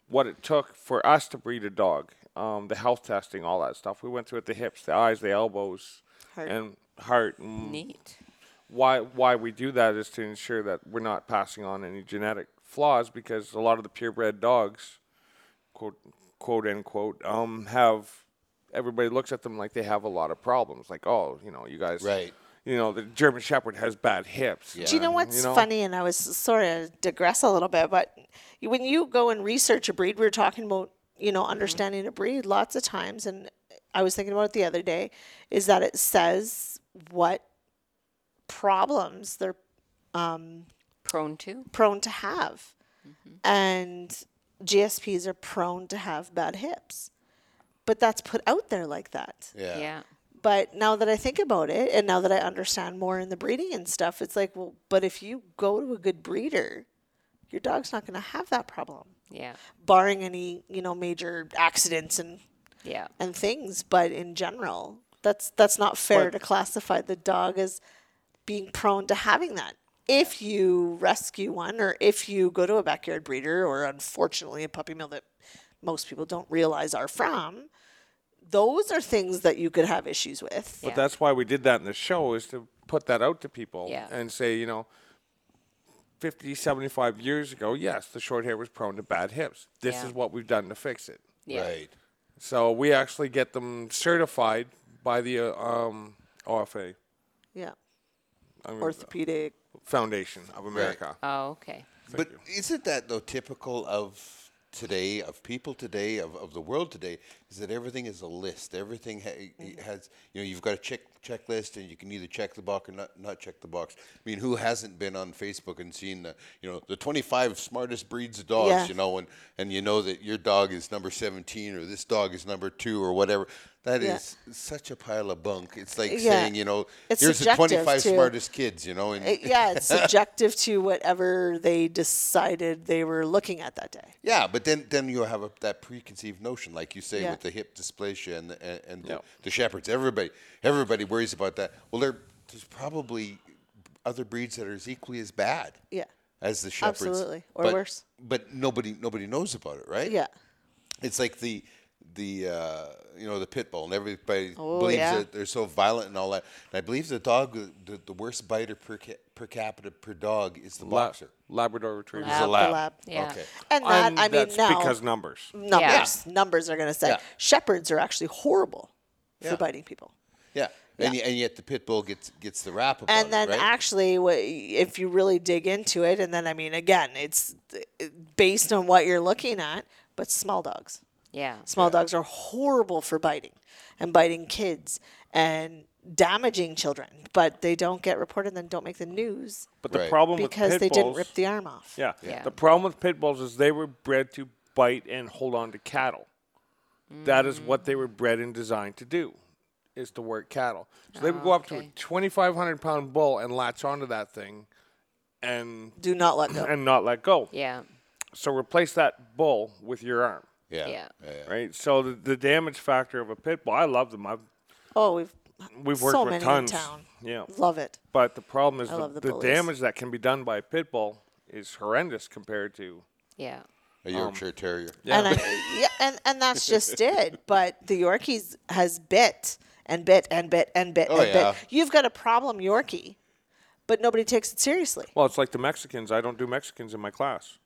A: what it took for us to breed a dog, um, the health testing, all that stuff. We went through it the hips, the eyes, the elbows,
D: Heart.
A: and heart. And
C: Neat.
A: why why we do that is to ensure that we're not passing on any genetic flaws because a lot of the purebred dogs quote quote end quote um have everybody looks at them like they have a lot of problems like oh you know you guys
B: Right.
A: you know the german shepherd has bad hips
D: Do you know what's funny? And I was sorry to digress a little bit, but you- when you go and research a breed, we were talking about you know understanding a breed lots of times, and I was thinking about it the other day, is that it says what problems they're
C: Prone to?
D: prone to have, Mm-hmm. and GSPs are prone to have bad hips, but that's put out there like that.
B: Yeah.
C: Yeah.
D: But now that I think about it, and now that I understand more in the breeding and stuff, it's like, well, but if you go to a good breeder, your dog's not going to have that problem,
C: Yeah.
D: barring any you know major accidents and
C: Yeah.
D: and things. But in general, that's that's not fair to classify the dog as being prone to having that. If you rescue one, or if you go to a backyard breeder, or unfortunately a puppy mill that most people don't realize are from, those are things that you could have issues with.
A: But that's why we did that in the show is to put that out to people
C: Yeah.
A: and say, you know, 50, 75 years ago, yes, the short hair was prone to bad hips. This
C: Yeah.
A: is what we've done to fix it.
C: Yeah.
B: Right.
A: So we actually get them certified by the uh, um, OFA
D: Yeah.
A: I mean, uh,
D: Orthopedic.
A: Foundation of America.
C: Oh, okay.
B: But isn't that though typical of today, of people today, of, of the world today? Is that everything is a list? Everything ha-
D: Mm-hmm.
B: has you know you've got a check checklist, and you can either check the box or not not check the box. I mean, who hasn't been on Facebook and seen the you know the twenty five smartest breeds of dogs?
D: Yeah.
B: You know, and and you know that your dog is number seventeen or this dog is number two or whatever. That
D: Yeah.
B: is such a pile of bunk. It's like
D: Yeah.
B: saying you know
D: It's
B: here's the
D: subjective,
B: twenty five
D: too.
B: smartest kids. You know, and
D: It- yeah, it's subjective to whatever they decided they were looking at that day.
B: Yeah, but then then you have a, that preconceived notion, like you say,
D: Yeah.
B: with the hip dysplasia and the, and, and the,
A: Yeah.
B: the shepherds. Everybody everybody worries about that. Well, there there's probably other breeds that are as equally as bad
D: Yeah.
B: as the shepherds,
D: Absolutely, or
B: but-
D: worse.
B: But nobody nobody knows about it, right?
D: Yeah.
B: it's like the the uh, you know the pit bull, and everybody
D: Oh,
B: believes
D: yeah.
B: that they're so violent and all that. And I believe the dog, the, the worst biter per ca- per capita per dog is the
A: La-
B: boxer.
A: Labrador Retriever.
B: Is a
D: the
B: lab.
D: lab.
C: Yeah.
B: Okay.
D: And that,
A: And
D: I mean,
A: that's
D: now
A: because numbers.
D: numbers, numbers are going to say
B: Yeah.
D: shepherds are actually horrible
B: Yeah.
D: for biting people.
B: Yeah. And, y- and yet the pit bull gets gets the rap about
D: and
B: it,
D: then
B: right?
D: actually what, if you really dig into it and then i mean again it's uh, based on what you're looking at but small dogs
C: Yeah.
D: small dogs are horrible for biting and biting kids and damaging children but they don't get reported and don't make the news
A: But the
B: Right.
A: problem with
D: because
A: pit
D: they didn't
A: bulls-
D: rip the arm off
A: Yeah.
C: Yeah.
A: The problem with pit bulls is they were bred to bite and hold on to cattle. That is what they were bred and designed to do, is to work cattle. So they would go up to
C: okay.
A: a 2,500 pound bull and latch onto that thing and
D: do not let go
A: and not let go.
C: Yeah.
A: So replace that bull with your arm,
B: yeah.
C: Yeah.
A: right? So the, the damage factor of a pit bull, I love them. I've,
D: oh we've
A: we've worked
D: so
A: with
D: many
A: tons.
D: in town
A: Yeah.
D: love it
A: But the problem is the,
D: love the
A: the
D: bullies.
A: damage that can be done by a pit bull is horrendous compared to
C: Yeah.
B: A
A: Um,
B: Yorkshire Terrier.
D: And I, yeah, and, and that's just it. But the Yorkies has bit and bit and bit and bit
B: Oh,
D: and
B: yeah.
D: bit. You've got a problem, Yorkie, but nobody takes it seriously.
A: Well, it's like the Mexicans. I don't do Mexicans in my class.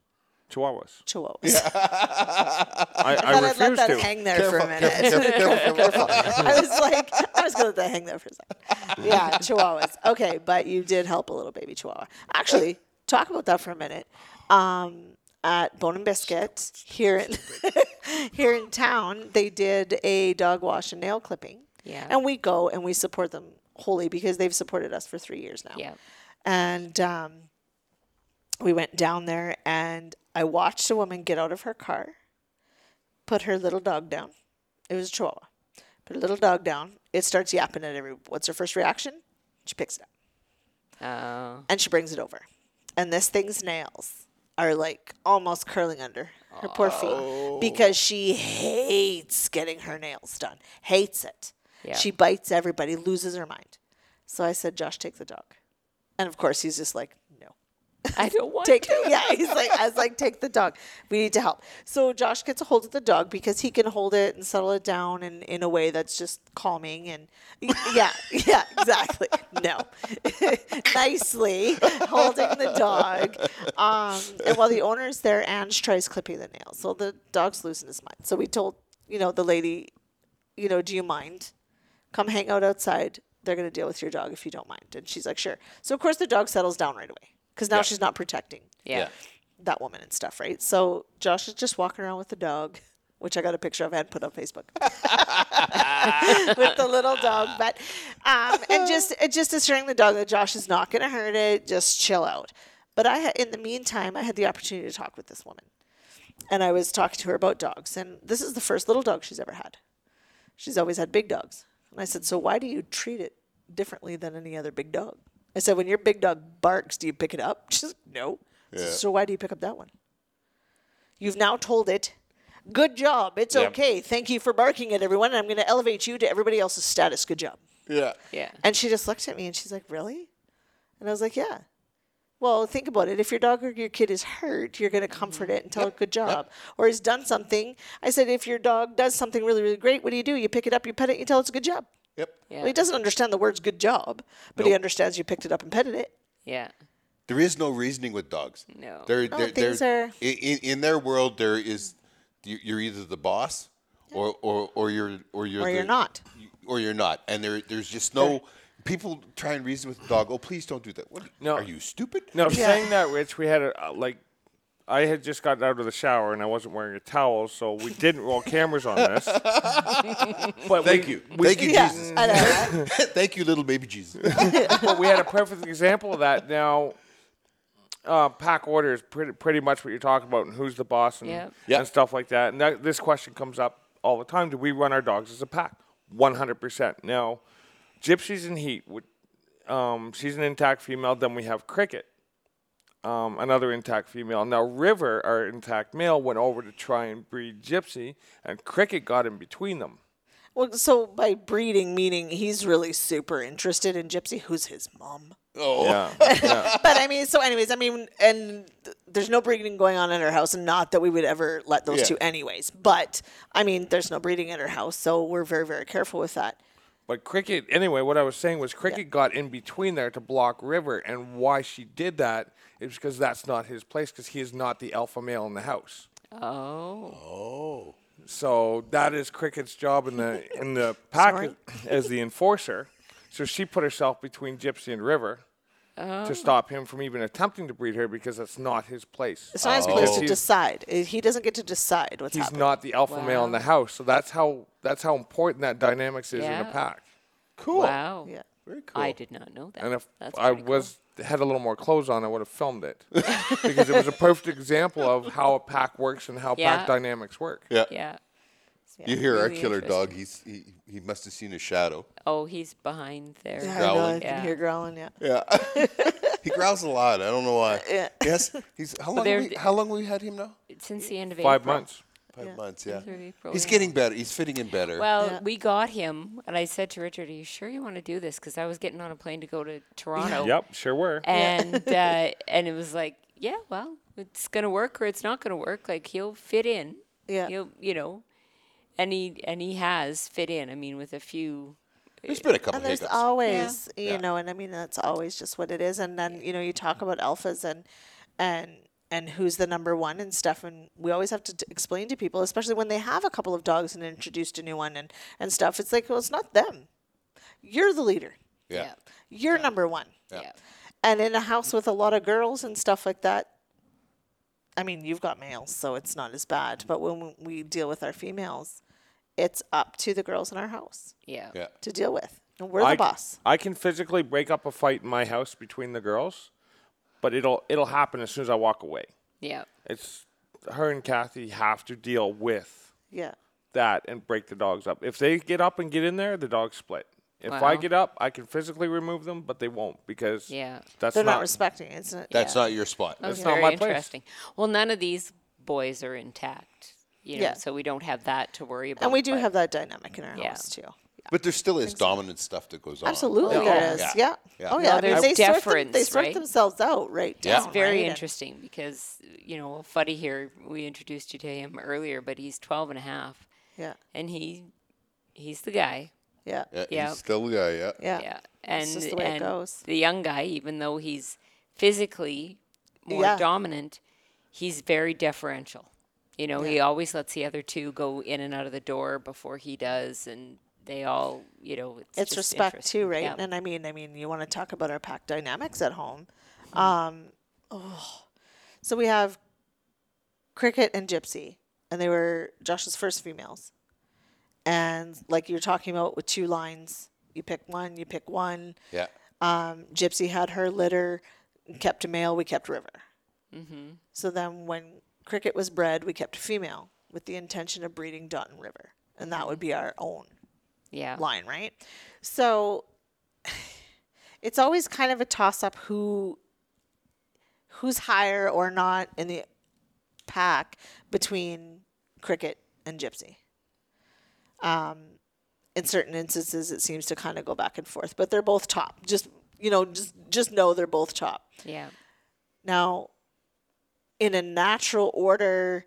A: Chihuahuas.
D: Chihuahuas.
A: I,
D: I
A: I,
D: thought I'd let
A: refuse
D: that
A: to.
D: hang there
B: Careful,
D: for a minute.
B: careful, careful, careful, careful.
D: I was like, I was gonna let that hang there for a second. Yeah, chihuahuas. Okay, but you did help a little baby chihuahua. Actually, talk about that for a minute. Um, at Bone and Biscuit here in here in town, they did a dog wash and nail clipping.
C: Yeah.
D: and we go and we support them wholly because they've supported us for three years now.
C: Yeah.
D: and um, we went down there and I watched a woman get out of her car, put her little dog down. It was a chihuahua. Put her little dog down. It starts yapping at every. What's her first reaction? She picks it up
C: Oh,
D: and she brings it over. And this thing's nails are like almost curling under her poor feet because she hates getting her nails done. Hates it.
C: Yeah.
D: She bites everybody, loses her mind. So I said, Josh, take the dog. And of course, he's just like, no
C: I don't want
D: take
C: to.
D: yeah he's like i was like take the dog we need to help so josh gets a hold of the dog because he can hold it and settle it down in, in a way that's just calming and yeah yeah exactly no nicely holding the dog um, and while the owner is there ange tries clipping the nails so the dog's losing his mind so we told you know the lady you know do you mind come hang out outside. They're going to deal with your dog if you don't mind. And she's like, sure. So, of course, the dog settles down right away because now she's not protecting
C: Yeah.
D: that woman and stuff, right? So, Josh is just walking around with the dog, which I got a picture of and put on Facebook with the little dog. But, um, and just, and just assuring the dog that Josh is not going to hurt it, just chill out. But I, ha- in the meantime, I had the opportunity to talk with this woman. And I was talking to her about dogs. And this is the first little dog she's ever had. She's always had big dogs. And I said, So why do you treat it differently than any other big dog? I said, When your big dog barks, do you pick it up? She's like, No. I said,
B: Yeah.
D: so why do you pick up that one? You've now told it, Good job. It's okay. Thank you for barking at everyone. I'm going to elevate you to everybody else's status. Good job.
B: Yeah.
C: Yeah.
D: And she just looked at me and she's like, Really? And I was like, Yeah. Well, think about it. If your dog or your kid is hurt, you're going to comfort it and tell it good job or has done something. I said, If your dog does something really, really great, what do you do? You pick it up, you pet it, you tell it's a good job.
B: Yep.
C: Yeah.
D: Well, he doesn't understand the words good job, but he understands you picked it up and petted it.
C: Yeah.
B: There is no reasoning with dogs.
C: No.
B: They're,
D: No,
B: they're,
D: things
B: they're,
D: are-
B: i- In, in their world, there is you- you're either the boss or, or, or you're or you're
D: Or
B: the-
D: you're not.
B: or you're not, and there there's just no people try and reason with the dog. Oh, please don't do that. What,
A: No.
B: are you stupid?
A: No, saying that, Rich, we had a, uh, like, I had just gotten out of the shower and I wasn't wearing a towel, so we didn't roll cameras on this. but
B: Thank
A: we,
B: you.
A: we-
B: Thank you,
D: Yeah,
B: Jesus.
D: I know.
B: Thank you, little baby Jesus.
A: but we had a perfect example of that. Now, uh, pack order is pretty, pretty much what you're talking about, and who's the boss, and,
C: Yep.
B: Yeah.
A: and stuff like that. And that, this question comes up all the time: Do we run our dogs as a pack? One hundred percent. Now, Gypsy's in heat. would- Um, she's an intact female. Then we have Cricket, um, another intact female. Now River, our intact male, went over to try and breed Gypsy, and Cricket got in between them.
D: Well, so by breeding, meaning he's really super interested in Gypsy, who's his mom.
B: Oh,
A: Yeah.
D: But I mean, so anyways, I mean, and th- there's no breeding going on at our house, and not that we would ever let those
B: Yeah.
D: two, anyways. But I mean, there's no breeding at our house, so we're very, very careful with that.
A: But Cricket, anyway, what I was saying was Cricket got in between there to block River, and why she did that is because that's not his place, because he is not the alpha male in the house.
C: Oh.
A: So that is Cricket's job in the in the pack as the enforcer. So she put herself between Gypsy and River
D: Oh.
A: to stop him from even attempting to breed her because that's not his place. Oh.
D: It's not his place to
B: Oh.
A: He's-
D: decide. Uh, He doesn't get to decide what's
A: He's
D: happening.
A: not the alpha male in the house. So that's how that's how important that dynamics is in
C: Yeah.
A: a pack.
B: Cool.
C: Wow.
D: Yeah.
B: Very cool.
C: I did not know that.
A: And if
C: That's
A: I
C: pretty cool.
A: was had a little more clothes on, I would have filmed it because it was a perfect example of how a pack works and how
C: Yeah.
A: pack dynamics work.
B: Yeah.
C: Yeah.
B: You hear our
C: Really
B: killer dog. He's he, he must have seen a shadow.
C: Oh, he's behind there.
D: I know, I
B: growling.
D: can
C: Yeah.
D: hear growling. Yeah.
B: Yeah. he growls a lot. I don't know why. Yes. He's how long?
C: they're-
B: we, how long we had him now?
C: Since the end of
A: Five
C: April.
A: months.
B: Five months. Yeah.
C: Through April,
B: He's
C: yeah.
B: getting better. He's fitting in better.
C: Well,
D: Yeah.
C: we got him, and I said to Richard, "Are you sure you want to do this?" Because I was getting on a plane to go to Toronto,
A: Yep, sure were.
C: and uh, and it was like, yeah, well, it's gonna work or it's not gonna work. Like he'll fit in.
D: Yeah.
C: He'll, you know, and he and he has fit in. I mean, with a few
B: There's been a couple
D: and there's
B: hiccups.
D: always you
B: Yeah.
D: know and i mean that's always just what it is and then you know you talk about alphas and and and who's the number one and stuff and we always have to t- explain to people especially when they have a couple of dogs and introduced a new one and and stuff it's like well it's not them you're the leader
B: yeah.
D: you're number one
B: Yeah.
C: Yeah.
D: and in a house with a lot of girls and stuff like that i mean you've got males so it's not as bad but when we deal with our females it's up to the girls in our house
C: Yeah.
B: Yeah.
D: to deal with and we're
A: I
D: the
A: c-
D: boss
A: I can physically break up a fight in my house between the girls, but it'll it'll happen as soon as I walk away.
C: Yeah.
A: It's her and Kathy have to deal with
D: yeah
A: that and break the dogs up. If they get up and get in there, the dogs split. If
C: Wow.
A: I get up, I can physically remove them, but they won't because
C: Yeah.
A: that's
D: They're not,
A: not
D: respecting it. It's not,
B: That's
D: yeah.
B: not your spot.
C: That was
A: not
C: very
A: my place.
C: interesting. Well, none of these boys are intact. You know,
D: Yeah.
C: so we don't have that to worry about.
D: And we do
C: but-
D: have that dynamic in our
C: Yeah.
D: house too.
B: But there still is dominant stuff that goes on.
D: Absolutely,
C: Oh,
D: there
C: yeah.
D: is.
B: Yeah.
D: Yeah.
B: Yeah.
D: Oh
B: No,
D: yeah. I mean,
C: there's
D: they sort them, they
C: deference,
D: sort
C: right?
D: themselves out, right?
B: Yeah.
D: Yeah.
C: It's very interesting because, you know, Fuddy here, we introduced you to him earlier, but he's 12 and a half
D: Yeah.
C: and he he's the guy.
D: Yeah. Yeah.
B: Yeah,
C: Yeah.
B: He's still the guy, yeah.
D: Yeah.
C: Yeah. And,
D: just the way it
C: and
D: goes.
C: the young guy, even though he's physically more
D: Yeah.
C: dominant, he's very deferential. You know, he always lets the other two go in and out of the door before he does, and they all, you know, it's,
D: It's
C: just
D: respect too,
C: interesting.
D: right?
C: Yeah.
D: And I mean, I mean, you want to talk about our pack dynamics at home. Um, oh. So we have Cricket and Gypsy, and they were Josh's first females. And like you're talking about with two lines, you pick one, you pick one.
B: Yeah.
D: um, Gypsy had her litter, kept a male, we kept River. So then when Cricket was bred, we kept a female with the intention of breeding Dot and River. And that would be our own
C: yeah.
D: line, right? So it's always kind of a toss up who who's higher or not in the pack between Cricket and Gypsy. Um, in certain instances, it seems to kind of go back and forth, but they're both top. Just you know, just just know they're both top.
C: Yeah.
D: Now, in a natural order,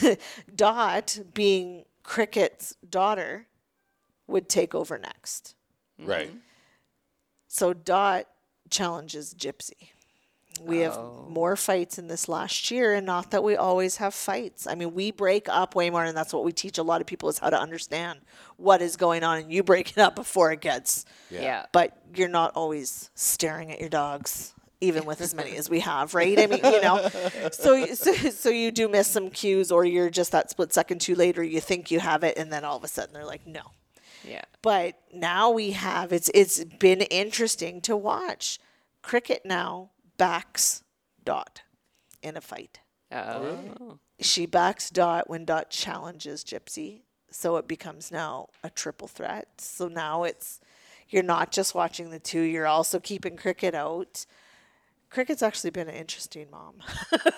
D: Dot, being Cricket's daughter, would take over next.
B: Right.
D: So Dot challenges Gypsy. We have more fights in this last year, and not that we always have fights. I mean, we break up way more, and that's what we teach a lot of people is how to understand what is going on, and you break it up before it gets
C: Yeah.
D: but you're not always staring at your dogs even with as many as we have right i mean you know so, so so you do miss some cues or you're just that split second too late or you think you have it and then all of a sudden they're like no
C: Yeah.
D: but now we have it's it's been interesting to watch cricket now backs dot in a fight
C: Oh.
D: she backs Dot when Dot challenges Gypsy. So it becomes now a triple threat. So now it's you're not just watching the two, you're also keeping Cricket out. Cricket's actually been an interesting mom.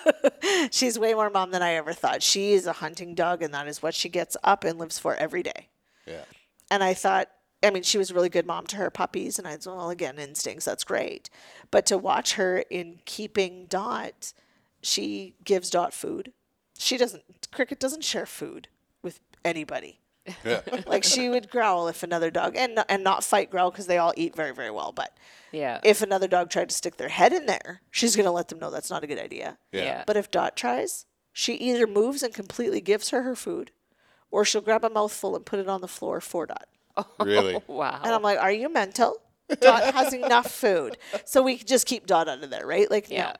D: She's way more mom than I ever thought. She is a hunting dog and that is what she gets up and lives for every day.
B: Yeah.
D: And I thought, I mean, she was a really good mom to her puppies. And I said, well, again, instincts, that's great. But to watch her in keeping Dot, she gives Dot food. She doesn't, Cricket doesn't share food with anybody.
B: Yeah.
D: Like she would growl if another dog, and, and not fight growl because they all eat very, very well. But
C: Yeah.
D: if another dog tried to stick their head in there, she's going to let them know that's not a good idea.
B: Yeah.
C: Yeah.
D: But if Dot tries, she either moves and completely gives her her food, or she'll grab a mouthful and put it on the floor for Dot.
B: Really.
C: wow.
D: And I'm like, are you mental? Dot has enough food. So we just keep Dot out of there, right? Like,
C: Yeah.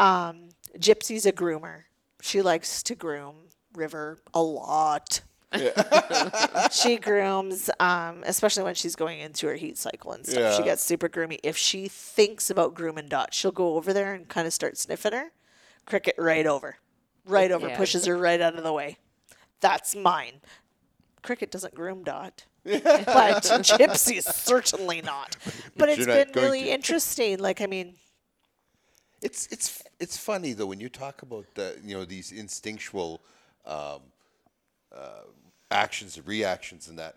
D: no. Um, Gypsy's a groomer. She likes to groom River a lot. she grooms, um, especially when she's going into her heat cycle and stuff. She
B: Yeah.
D: gets super groomy. If she thinks about grooming Dot, she'll go over there and kind of start sniffing her. Cricket right over. Right over,
C: Yeah.
D: pushes her right out of the way. That's mine. Cricket doesn't groom Dot but Gypsy is certainly not. But it's
B: You're not
D: been
B: going
D: really
B: to.
D: interesting. Like, I mean,
B: It's it's it's funny though when you talk about the you know these instinctual um, uh, actions and reactions and that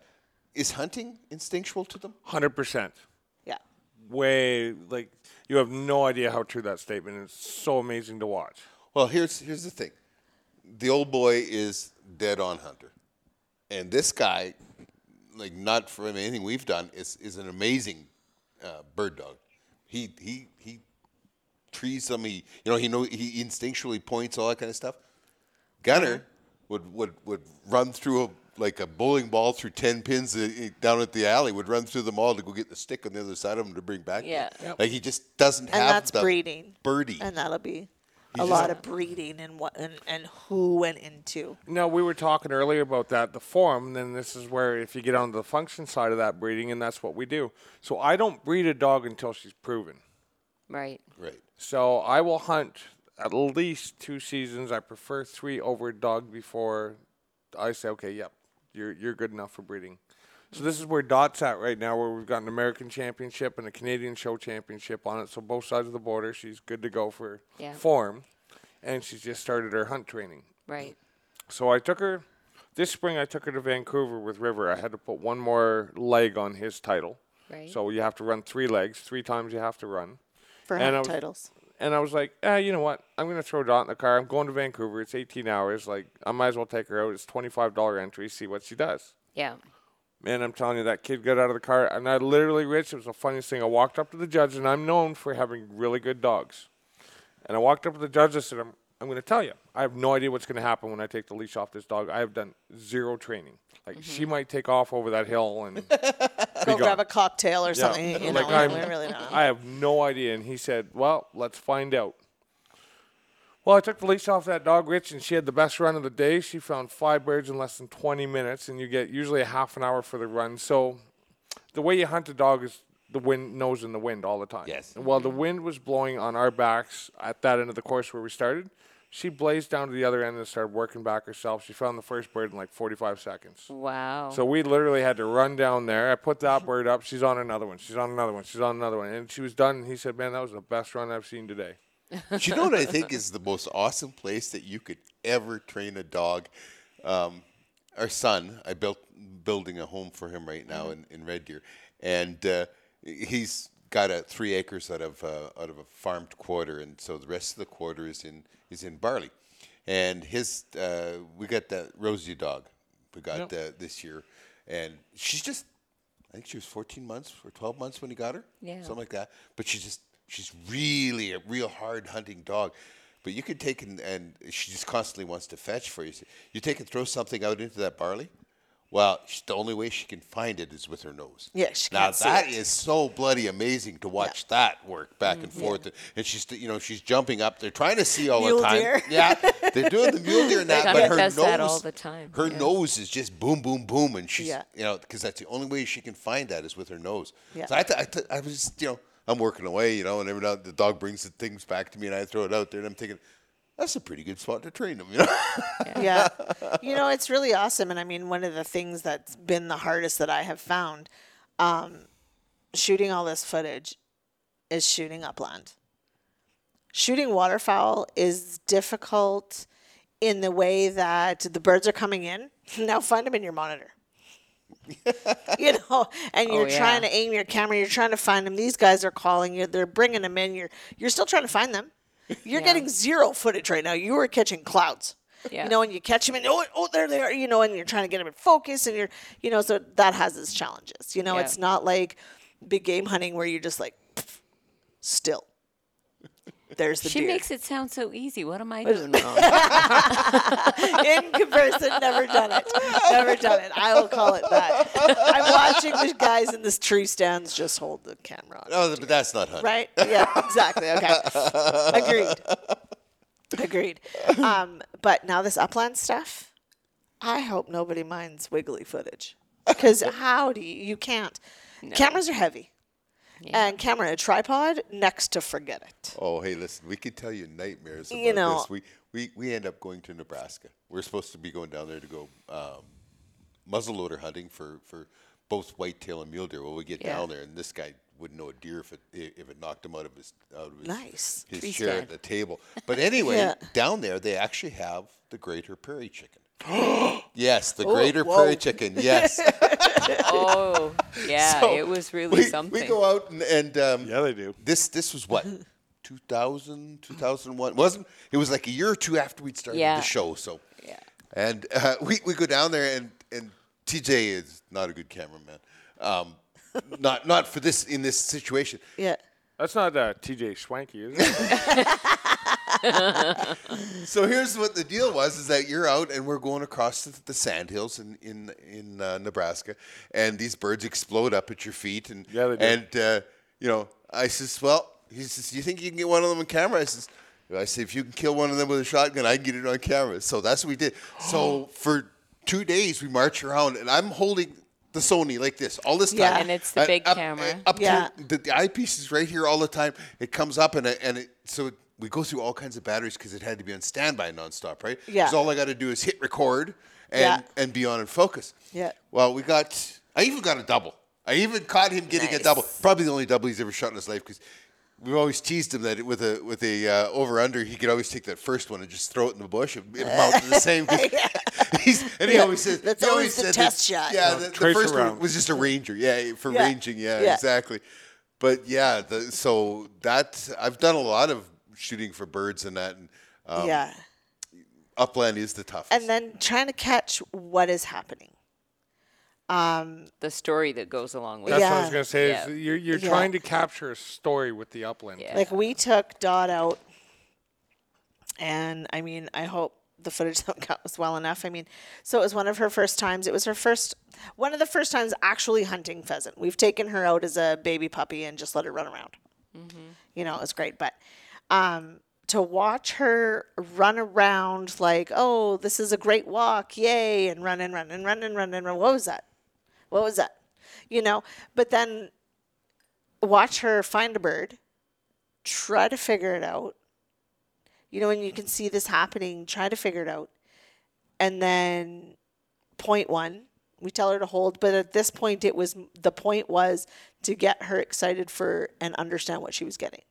B: is hunting instinctual to them.
A: 100%.
D: yeah,
A: Way, like, you have no idea how true that statement is. It's so amazing to watch.
B: Well, here's here's the thing. The old boy is dead on hunter, and this guy like not from anything we've done, is is an amazing uh, bird dog. He he he trees them. He you know he know he instinctually points all that kind of stuff.
D: Uh-huh.
B: Gunner would would would run through a like a bowling ball through ten pins i- i- down at the alley. Would run through them all to go get the stick on the other side of him to bring back. to him.
D: Yeah.
B: like he just doesn't
D: and
B: have
D: that's
B: the
D: breeding.
B: birdie.
D: And that'll be a
B: just-
D: lot of breeding and what and, and who went into.
A: No, we were talking earlier about that, the form, then this is where if you get onto the function side of that breeding, and that's what we do. So I don't breed a dog until she's proven.
C: Right.
B: right.
A: So I will hunt at least two seasons. I prefer three over a dog before I say, okay, yep, you're you're good enough for breeding. So this is where Dot's at right now, where we've got an American Championship and a Canadian Show Championship on it. So both sides of the border, she's good to go for
C: Yeah.
A: form, and she's just started her hunt training.
C: Right.
A: So I took her this spring. I took her to Vancouver with River. I had to put one more leg on his title.
C: Right.
A: So you have to run three legs, three times you have to run.
D: For
A: And I
D: hunt
A: was-
D: titles.
A: And I was like, ah, you know what? I'm gonna throw Dot in the car. I'm going to Vancouver. It's 18 hours. Like I might as well take her out. It's 25 dollar entry. See what she does.
C: Yeah.
A: Man, I'm telling you, that kid got out of the car, and I literally, Rich, it was the funniest thing. I walked up to the judge, and I'm known for having really good dogs. And I walked up to the judge and said, I'm, I'm going to tell you, I have no idea what's going to happen when I take the leash off this dog. I have done zero training. Like, she might take off over that hill, and
D: Go
A: gone.
D: grab a cocktail or something. You know,
A: Like,
D: we
A: I'm-
D: really don't. know.
A: I have no idea. And he said, Well, let's find out. Well, I took the leash off that dog, Rich, and she had the best run of the day. She found five birds in less than 20 minutes, and you get usually a half an hour for the run. So the way you hunt a dog is the wind nose in the wind all the time.
B: Yes.
A: And while the wind was blowing on our backs at that end of the course where we started, she blazed down to the other end and started working back herself. She found the first bird in like 45 seconds.
C: Wow.
A: So we literally had to run down there. I put that bird up. She's on another one. She's on another one. She's on another one. And she was done. And he said, "Man, that was the best run I've seen today."
B: Do you know what I think is the most awesome place that you could ever train a dog? Um, our son, I built building a home for him right now in, in Red Deer, and uh, he's got a three acres out of uh, out of a farmed quarter, and so the rest of the quarter is in is in barley, and his uh, we got that Rosie dog we got uh, this year, and she's just I think she was 14 months or 12 months when he got her.
C: Yeah.
B: Something like that. But she's just, she's really a real hard hunting dog. But you could take and, and she just constantly wants to fetch for you. You take and throw something out into that barley. Well, sh the only way she can find it is with her nose.
D: Yeah, she
B: now
D: can't see
B: that
D: it.
B: is so bloody amazing to watch that work back
D: Mm-hmm.
B: and forth, and she's you know she's jumping up. They're trying to see all
D: Mule
B: the time.
D: deer.
B: Yeah, they're doing the mule deer and that,
C: Duncan
B: but her
C: does
B: nose
C: that all the time,
B: Her
C: yeah.
B: nose is just boom, boom, boom, and she's
D: Yeah.
B: you know because that's the only way she can find that is with her nose.
D: Yeah.
B: So I, th- I, th- I was just you know I'm working away, you know, and every now and then the dog brings the things back to me, and I throw it out there, and I'm thinking. That's a pretty good spot to train them, you know.
D: yeah. You know, it's really awesome. And I mean, one of the things that's been the hardest that I have found um, shooting all this footage is shooting upland. Shooting waterfowl is difficult in the way that the birds are coming in. Now find them in your monitor. you know, and you're
C: yeah.
D: trying to aim your camera. You're trying to find them. These guys are calling you. They're bringing them in. You're you're still trying to find them. You're getting zero footage right now. You are catching clouds.
C: Yeah.
D: You know, and you catch them and oh, oh, there they are. You know, and you're trying to get them in focus, and you're, you know, so that has its challenges. You know,
C: Yeah.
D: it's not like big game hunting where you're just like pff, still. There's the
C: she
D: deer.
C: makes it sound so easy. What am I doing wrong?
D: in comparison, never done it. Never done it. I will call it that. I'm watching the guys in the tree stands just hold the camera. on.
B: no, but that's not hunting.
D: Right? Yeah, exactly. Okay. Agreed. Agreed. Um, but now this upland stuff, I hope nobody minds wiggly footage. Because how do you, you can't. Cameras are heavy. And camera, a tripod, next to forget it.
B: Oh, hey, listen, we could tell you nightmares about
D: You know-
B: this. We, we we end up going to Nebraska. We're supposed to be going down there to go um, muzzleloader hunting for, for both whitetail and mule deer. Well, we get
C: Yeah.
B: down there, and this guy wouldn't know a deer if it if it knocked him out of his out of his,
D: Nice.
B: his
C: Tree
B: chair
C: stand.
B: at the table. But anyway,
D: Yeah.
B: down there they actually have the greater prairie chicken. yes, the greater
D: whoa.
B: prairie chicken. Yes,
C: oh, yeah.
B: So
C: it was really
B: we,
C: something.
B: We go out and, and um,
A: Yeah, they do.
B: this this was what 2000 2001 wasn't it was like a year or two after we'd started
C: Yeah.
B: the show so
C: Yeah.
B: and uh, we, we go down there and and TJ is not a good cameraman. Um, not not for this in this situation.
D: Yeah.
A: That's not uh, TJ Schwanky, is it?
B: So here's what the deal was: is that you're out and we're going across the, the sand hills in in in uh, Nebraska, and these birds explode up at your feet, and
A: Yeah, they do.
B: and uh, you know I says, well, he says, do you think you can get one of them on camera? I says, I say if you can kill one of them with a shotgun, I can get it on camera. So that's what we did. so for two days we march around, and I'm holding. The Sony like this all this time,
D: Yeah.
C: And it's the
B: Uh,
C: big
B: up-
C: camera.
B: Up to-
D: Yeah.
B: the, the eyepiece is right here all the time. It comes up and it, and it so we go through all kinds of batteries because it had to be on standby nonstop, right?
D: Yeah.
B: 'Cause all I got to do is hit record and
D: Yeah.
B: and be on in focus.
D: Yeah.
B: Well, we got. I even got a double. I even caught him getting a
C: Nice.
B: double. Probably the only double he's ever shot in his life because. We've always teased him that with a with a uh, over under he could always take that first one and just throw it in the bush and it amount to the same. He's, and he
D: Yeah,
B: always says
D: that's
B: he
D: always the
B: said
D: test shot.
B: Yeah, the, the
A: tracer
B: first one
A: round.
B: was just a ranger. Yeah, for
D: Yeah,
B: ranging. Yeah,
D: yeah.
B: exactly. But yeah, the, so that I've done a lot of shooting for birds and that, and um,
D: yeah.
B: upland is the toughest.
D: And then trying to catch what is happening.
C: the story that goes along with
A: That's
C: it.
A: what I
D: Yeah.
A: was gonna say. Is
C: Yeah.
A: you're you're
D: Yeah.
A: trying to capture a story with the upland.
C: Yeah.
D: Like we took Dot out, and I mean, I hope the footage that got was well enough. I mean, so it was one of her first times. It was her first, one of the first times actually hunting pheasant. We've taken her out as a baby puppy and just let her run around. You know, it was great, but um, to watch her run around like, oh, this is a great walk, yay, and run and run and run and run and run. What was that? What was that? You know, but then watch her find a bird try to figure it out. You know, and you can see this happening, try to figure it out. And then point one, we tell her to hold, but at this point it was the point was to get her excited for and understand what she was getting.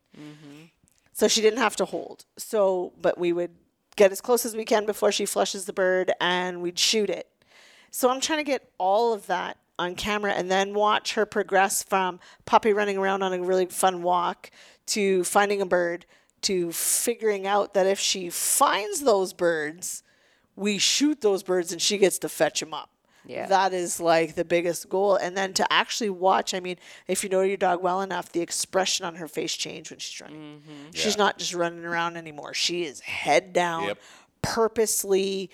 D: So she didn't have to hold. So, but we would get as close as we can before she flushes the bird and we'd shoot it. So I'm trying to get all of that on camera and then watch her progress from puppy running around on a really fun walk to finding a bird to figuring out that if she finds those birds, we shoot those birds and she gets to fetch them up.
C: Yeah.
D: That is like the biggest goal. And then to actually watch, I mean, if you know your dog well enough, the expression on her face change when she's running. She's not just running around anymore. She is head down,
B: Yep.
D: purposely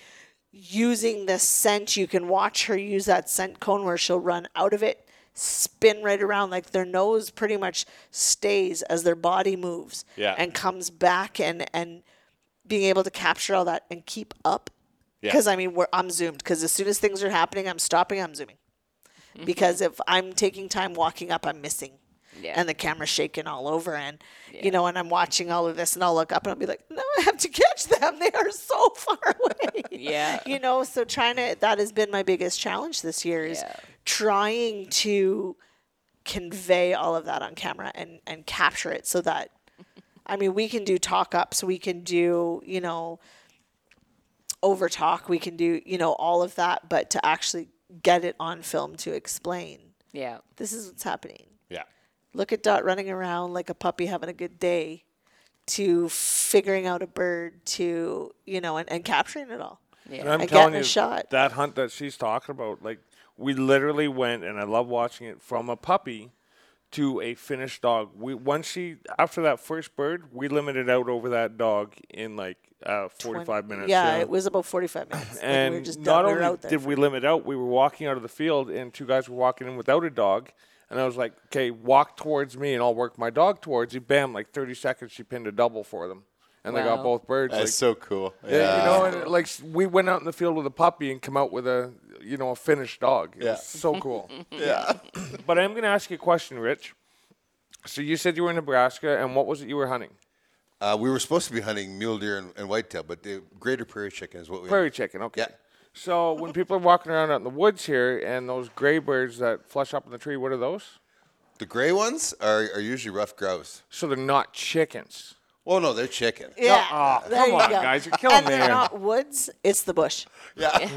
D: using the scent. You can watch her use that scent cone where she'll run out of it, spin right around. Like their nose pretty much stays as their body moves
B: Yeah.
D: and comes back and, and being able to capture all that and keep up. Because I mean, we're, I'm zoomed. Because as soon as things are happening, I'm stopping, I'm zooming.
C: Mm-hmm.
D: Because if I'm taking time walking up, I'm missing
C: Yeah.
D: and the camera's shaking all over and you know and i'm watching all of this and i'll look up and i'll be like no i have to catch them they are so far away
C: Yeah.
D: you know so trying to that has been my biggest challenge this year is
C: Yeah.
D: trying to convey all of that on camera and and capture it so that i mean we can do talk ups we can do you know over talk we can do you know all of that but to actually get it on film to explain
C: yeah.
D: this is what's happening
B: yeah,
D: look at Dot running around like a puppy having a good day to figuring out a bird to, you know, and, and capturing it all.
A: And I'm
D: I get in
A: telling
D: a
A: you,
D: shot.
A: that hunt that she's talking about, like we literally went, and I love watching it from a puppy to a finished dog. We once she after that first bird, we limited out over that dog in like uh, 45 minutes.
D: Yeah, it was about 45 minutes. Like,
A: and
D: we were just
A: not
D: done. We
A: only
D: were out there.
A: did we limit out, we were walking out of the field, and two guys were walking in without a dog. And I was like, "Okay, walk towards me, and I'll work my dog towards you." Bam! Like 30 seconds, she pinned a double for them, and they got
C: Wow.
A: both birds.
B: that's
A: like,
B: so cool. Yeah,
A: yeah, you know, and it, like s- we went out in the field with a puppy and come out with a you know a finished dog. It
B: Yeah.
A: was so cool.
B: yeah.
A: but I'm gonna ask you a question, Rich. So you said you were in Nebraska, and what was it you were hunting?
B: Uh, we were supposed to be hunting mule deer and, and whitetail, but the greater prairie chicken is what we
A: Prairie chicken. Okay.
B: Yeah.
A: So when people are walking around out in the woods here, and those gray birds that flush up in the tree, what are those?
B: The gray ones are, are usually rough grouse.
A: So they're not chickens.
B: Well, no, they're chicken.
D: yeah.
A: Oh,
D: there
A: come
D: you
A: on,
D: go.
A: guys, you're killing
D: and
A: me.
D: they're not woods, it's the bush.
B: Yeah.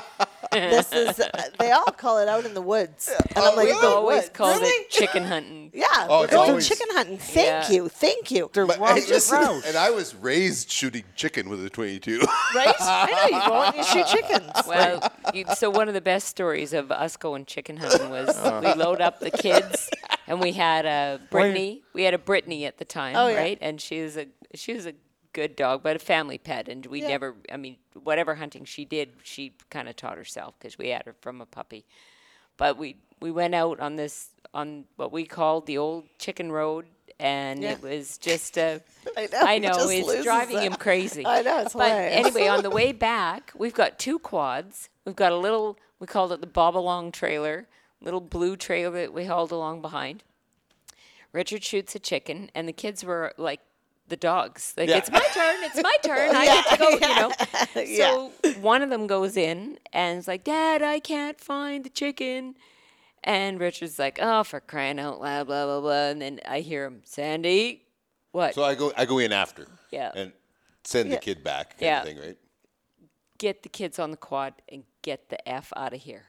D: this is they all call it out in the woods. And
A: Oh,
D: I'm like,
C: We've
D: "Wait,
C: always
D: what?
C: called
D: Really?"
C: it chicken hunting.
D: Yeah,
B: Oh,
D: we're
B: it's
D: going
B: always-
D: chicken hunting. Thank
C: Yeah.
D: you, thank you.
B: But, hey, listen, and I was raised shooting chicken with a 22.
D: Right? I know you go out and you shoot chickens.
C: Well, you, so one of the best stories of us going chicken hunting was
D: Uh-huh.
C: we load up the kids, and we had a Brittany. We had a Brittany at the time,
D: Oh, yeah.
C: right? And she was a she was a good dog, but a family pet, and we never. I mean, whatever hunting she did, she kind of taught herself because we had her from a puppy. But we we went out on this on what we called the old chicken road. And
D: Yeah.
C: it was just a,
D: I
C: I
D: know,
C: know,
D: he just loses
C: it's driving
D: it.
C: him crazy.
D: I know, it's
C: But
D: hilarious.
C: anyway, on the way back, we've got two quads. We've got a little, we called it the bob along trailer, little blue trailer that we hauled along behind. Richard shoots a chicken, and the kids were like the dogs. Like, it's my turn, it's my turn, I get to go, you know.
D: Yeah.
C: So one of them goes in and is like, Dad, I can't find the chicken. And Richard's like, Oh, for crying out loud, blah, blah, blah. And then I hear him, Sandy, what?
B: so I go I go in after.
C: Yeah.
B: And send the kid back kind
C: Yeah.
B: of thing, right?
C: get the kids on the quad and get the F out of here.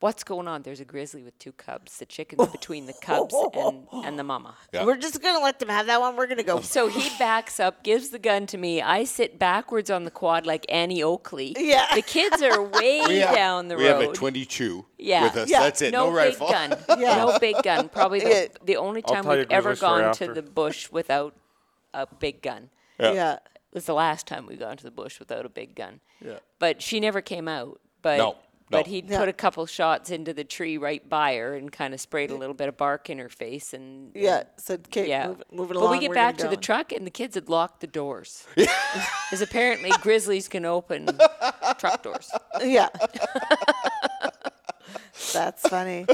C: What's going on? There's a grizzly with two cubs. The chicken's between the cubs and, and the mama.
B: Yeah.
D: We're just gonna let them have that one. We're gonna go.
C: So he backs up, gives the gun to me. I sit backwards on the quad like Annie Oakley.
D: Yeah.
C: The kids are way down the
B: we
C: road.
B: have a 22
C: Yeah.
B: with us.
D: Yeah.
B: That's it. No,
C: no, big
B: rifle.
C: gun.
D: Yeah.
C: No big gun. Probably the,
D: Yeah.
C: the only
A: I'll
C: time
A: tell you a
C: we've ever
A: grizzly story
C: gone to
A: after.
C: the bush without a big gun.
D: Yeah.
C: It was the last time we got into the bush without a big gun. Yeah. But she never came out. But
B: No,
C: but
B: no.
C: he
D: Yeah.
C: put a couple shots into the tree right by her and kind of sprayed a little bit of bark in her face and
D: Yeah.
C: and-
D: So okay,
C: yeah.
D: move, move it
C: but
D: along.
C: we get
D: we're
C: back to
D: gonna
C: the
D: go.
C: truck and the kids had locked the doors. Because apparently grizzlies can open truck doors.
D: Yeah. That's funny.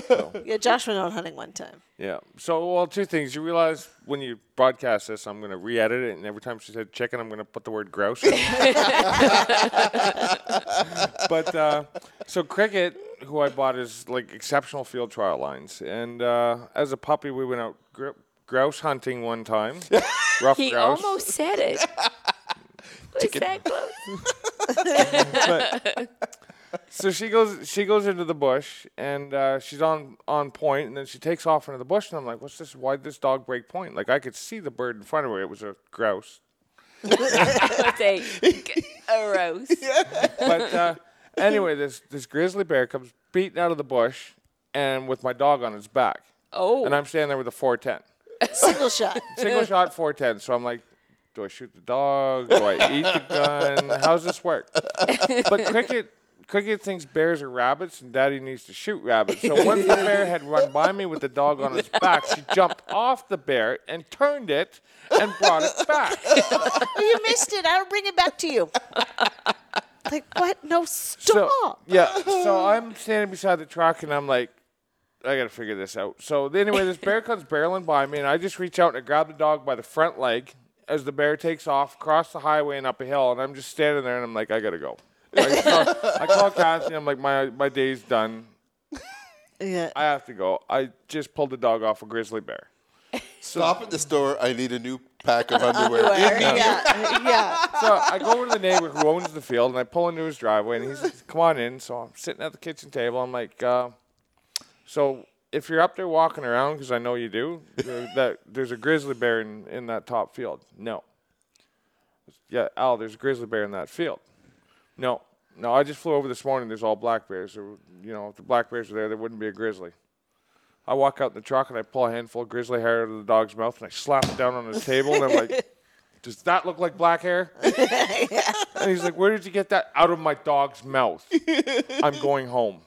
D: Yeah, Josh went out hunting one time.
A: Yeah. So, well, two things. You realize when you broadcast this, I'm going to re edit it, and every time she said chicken, I'm going to put the word grouse. in. but uh, so, Cricket, who I bought, is like exceptional field trial lines. And uh, as a puppy, we went out gr- grouse hunting one time. rough
C: He
A: grouse.
C: almost said it. Was that close?
A: So she goes she goes into the bush and uh, she's on on point and then she takes off into the bush and I'm like, what's this? Why would this dog break point? Like I could see the bird in front of her. It was a grouse.
C: Let's say g- a roast.
A: But uh, anyway, this this grizzly bear comes beating out of the bush and with my dog on its back.
C: Oh.
A: And I'm standing there with a 410.
D: Single shot.
A: Single shot 410. So I'm like, do I shoot the dog? Do I eat the gun? How's this work? But cricket cricket thinks bears are rabbits and daddy needs to shoot rabbits. So once the bear had run by me with the dog on its back, she jumped off the bear and turned it and brought it back.
D: Oh, you missed it. I'll bring it back to you. Like what? No,
A: So
D: stop.
A: yeah. So I'm standing beside the truck and I'm like I gotta figure this out. So anyway, this bear comes barreling by me, and I just reach out and I grab the dog by the front leg as the bear takes off across the highway and up a hill, and I'm just standing there, and I'm like, I gotta go. Like, so I call Kathy, and I'm like, my my day's done.
D: yeah.
A: I have to go. I just pulled the dog off a grizzly bear.
B: Stop at the store. I need a new pack of underwear.
D: yeah. yeah.
A: So I go over to the neighbor who owns the field, and I pull into his driveway, and he's like, "Come on in." So I'm sitting at the kitchen table. I'm like, uh, "So if you're up there walking around, because I know you do, there- that there's a grizzly bear in, in that top field." No. Yeah, Al, there's a grizzly bear in that field. No, no, I just flew over this morning. There's all black bears. There were- you know, if the black bears were there, there wouldn't be a grizzly. I walk out in the truck and I pull a handful of grizzly hair out of the dog's mouth and I slap it down on his table and I'm like, "Does that look like black hair?" And he's like, "Where did you get that out of my dog's mouth?" I'm going home.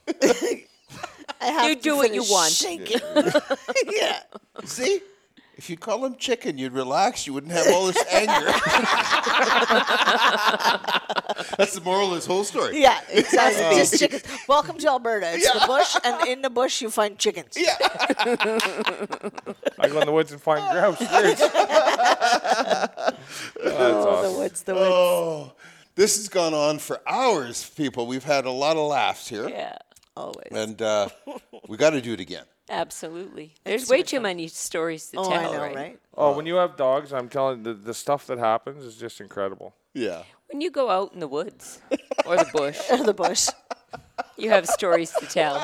D: I have
C: You
D: to
C: do what you
D: finish
C: want.
D: shaking. yeah.
B: See? If you call him chicken, you'd relax. You wouldn't have all this anger. That's the moral of this whole story.
D: Yeah, exactly. Just chickens. Welcome to Alberta. It's the bush, and in the bush you find chickens. Yeah.
A: I go in the woods and find grouse. There's- That's
D: Oh, the
A: awesome.
D: woods, the woods.
B: Oh, this has gone on for hours, people. We've had a lot of laughs here,
C: Yeah,
D: Always.
B: and uh, we got to do it again.
C: absolutely. There's way too many stories to
D: oh, I
C: tell,
D: know,
C: right?
D: right?
A: Oh, when you have dogs, I'm telling the the stuff that happens is just incredible.
B: Yeah.
C: When you go out in the woods or the bush,
D: the bush.
C: You have stories to tell.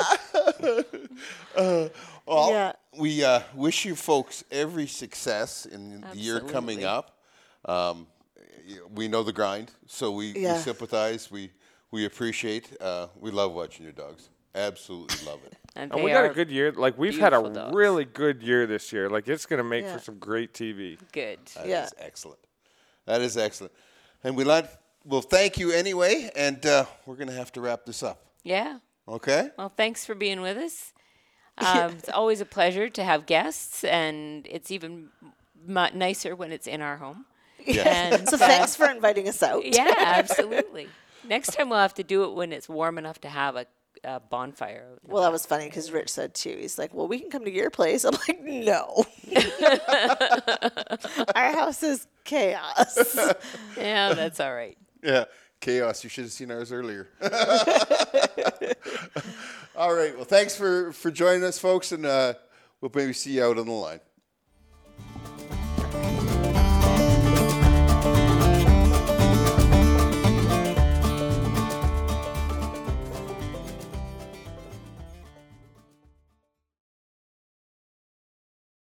B: Well,
D: Yeah.
B: we uh, wish you folks every success in the year coming
C: Absolutely.
B: up. Um, y- we know the grind, so we, we
D: Yeah.
B: sympathize. We we appreciate. Uh, we love watching your dogs. Absolutely love it.
C: And,
A: And
C: they
A: we got a
C: are
A: good year. Like we've had a
C: beautiful dogs.
A: really good year this year. Like it's gonna make
D: Yeah.
A: for some great TV.
C: good.
B: That is
D: Yeah.
B: excellent. That is excellent. And we like well, thank you anyway, and uh, we're gonna have to wrap this up.
C: Yeah.
B: Okay.
C: Well, thanks for being with us. Um, it's always a pleasure to have guests, and it's even mu nicer when it's in our home. And,
D: so
C: uh,
D: thanks for inviting us out.
C: Yeah, absolutely. Next time we'll have to do it when it's warm enough to have a, a bonfire. out.
D: Well, that was funny because Rich said too. He's like, "Well, we can come to your place." I'm like, "No, our house is chaos."
C: Yeah, that's all right.
B: Yeah. Chaos. You should have seen ours earlier. All right. Well, thanks for for joining us, folks, and uh, we'll maybe see you out on the line.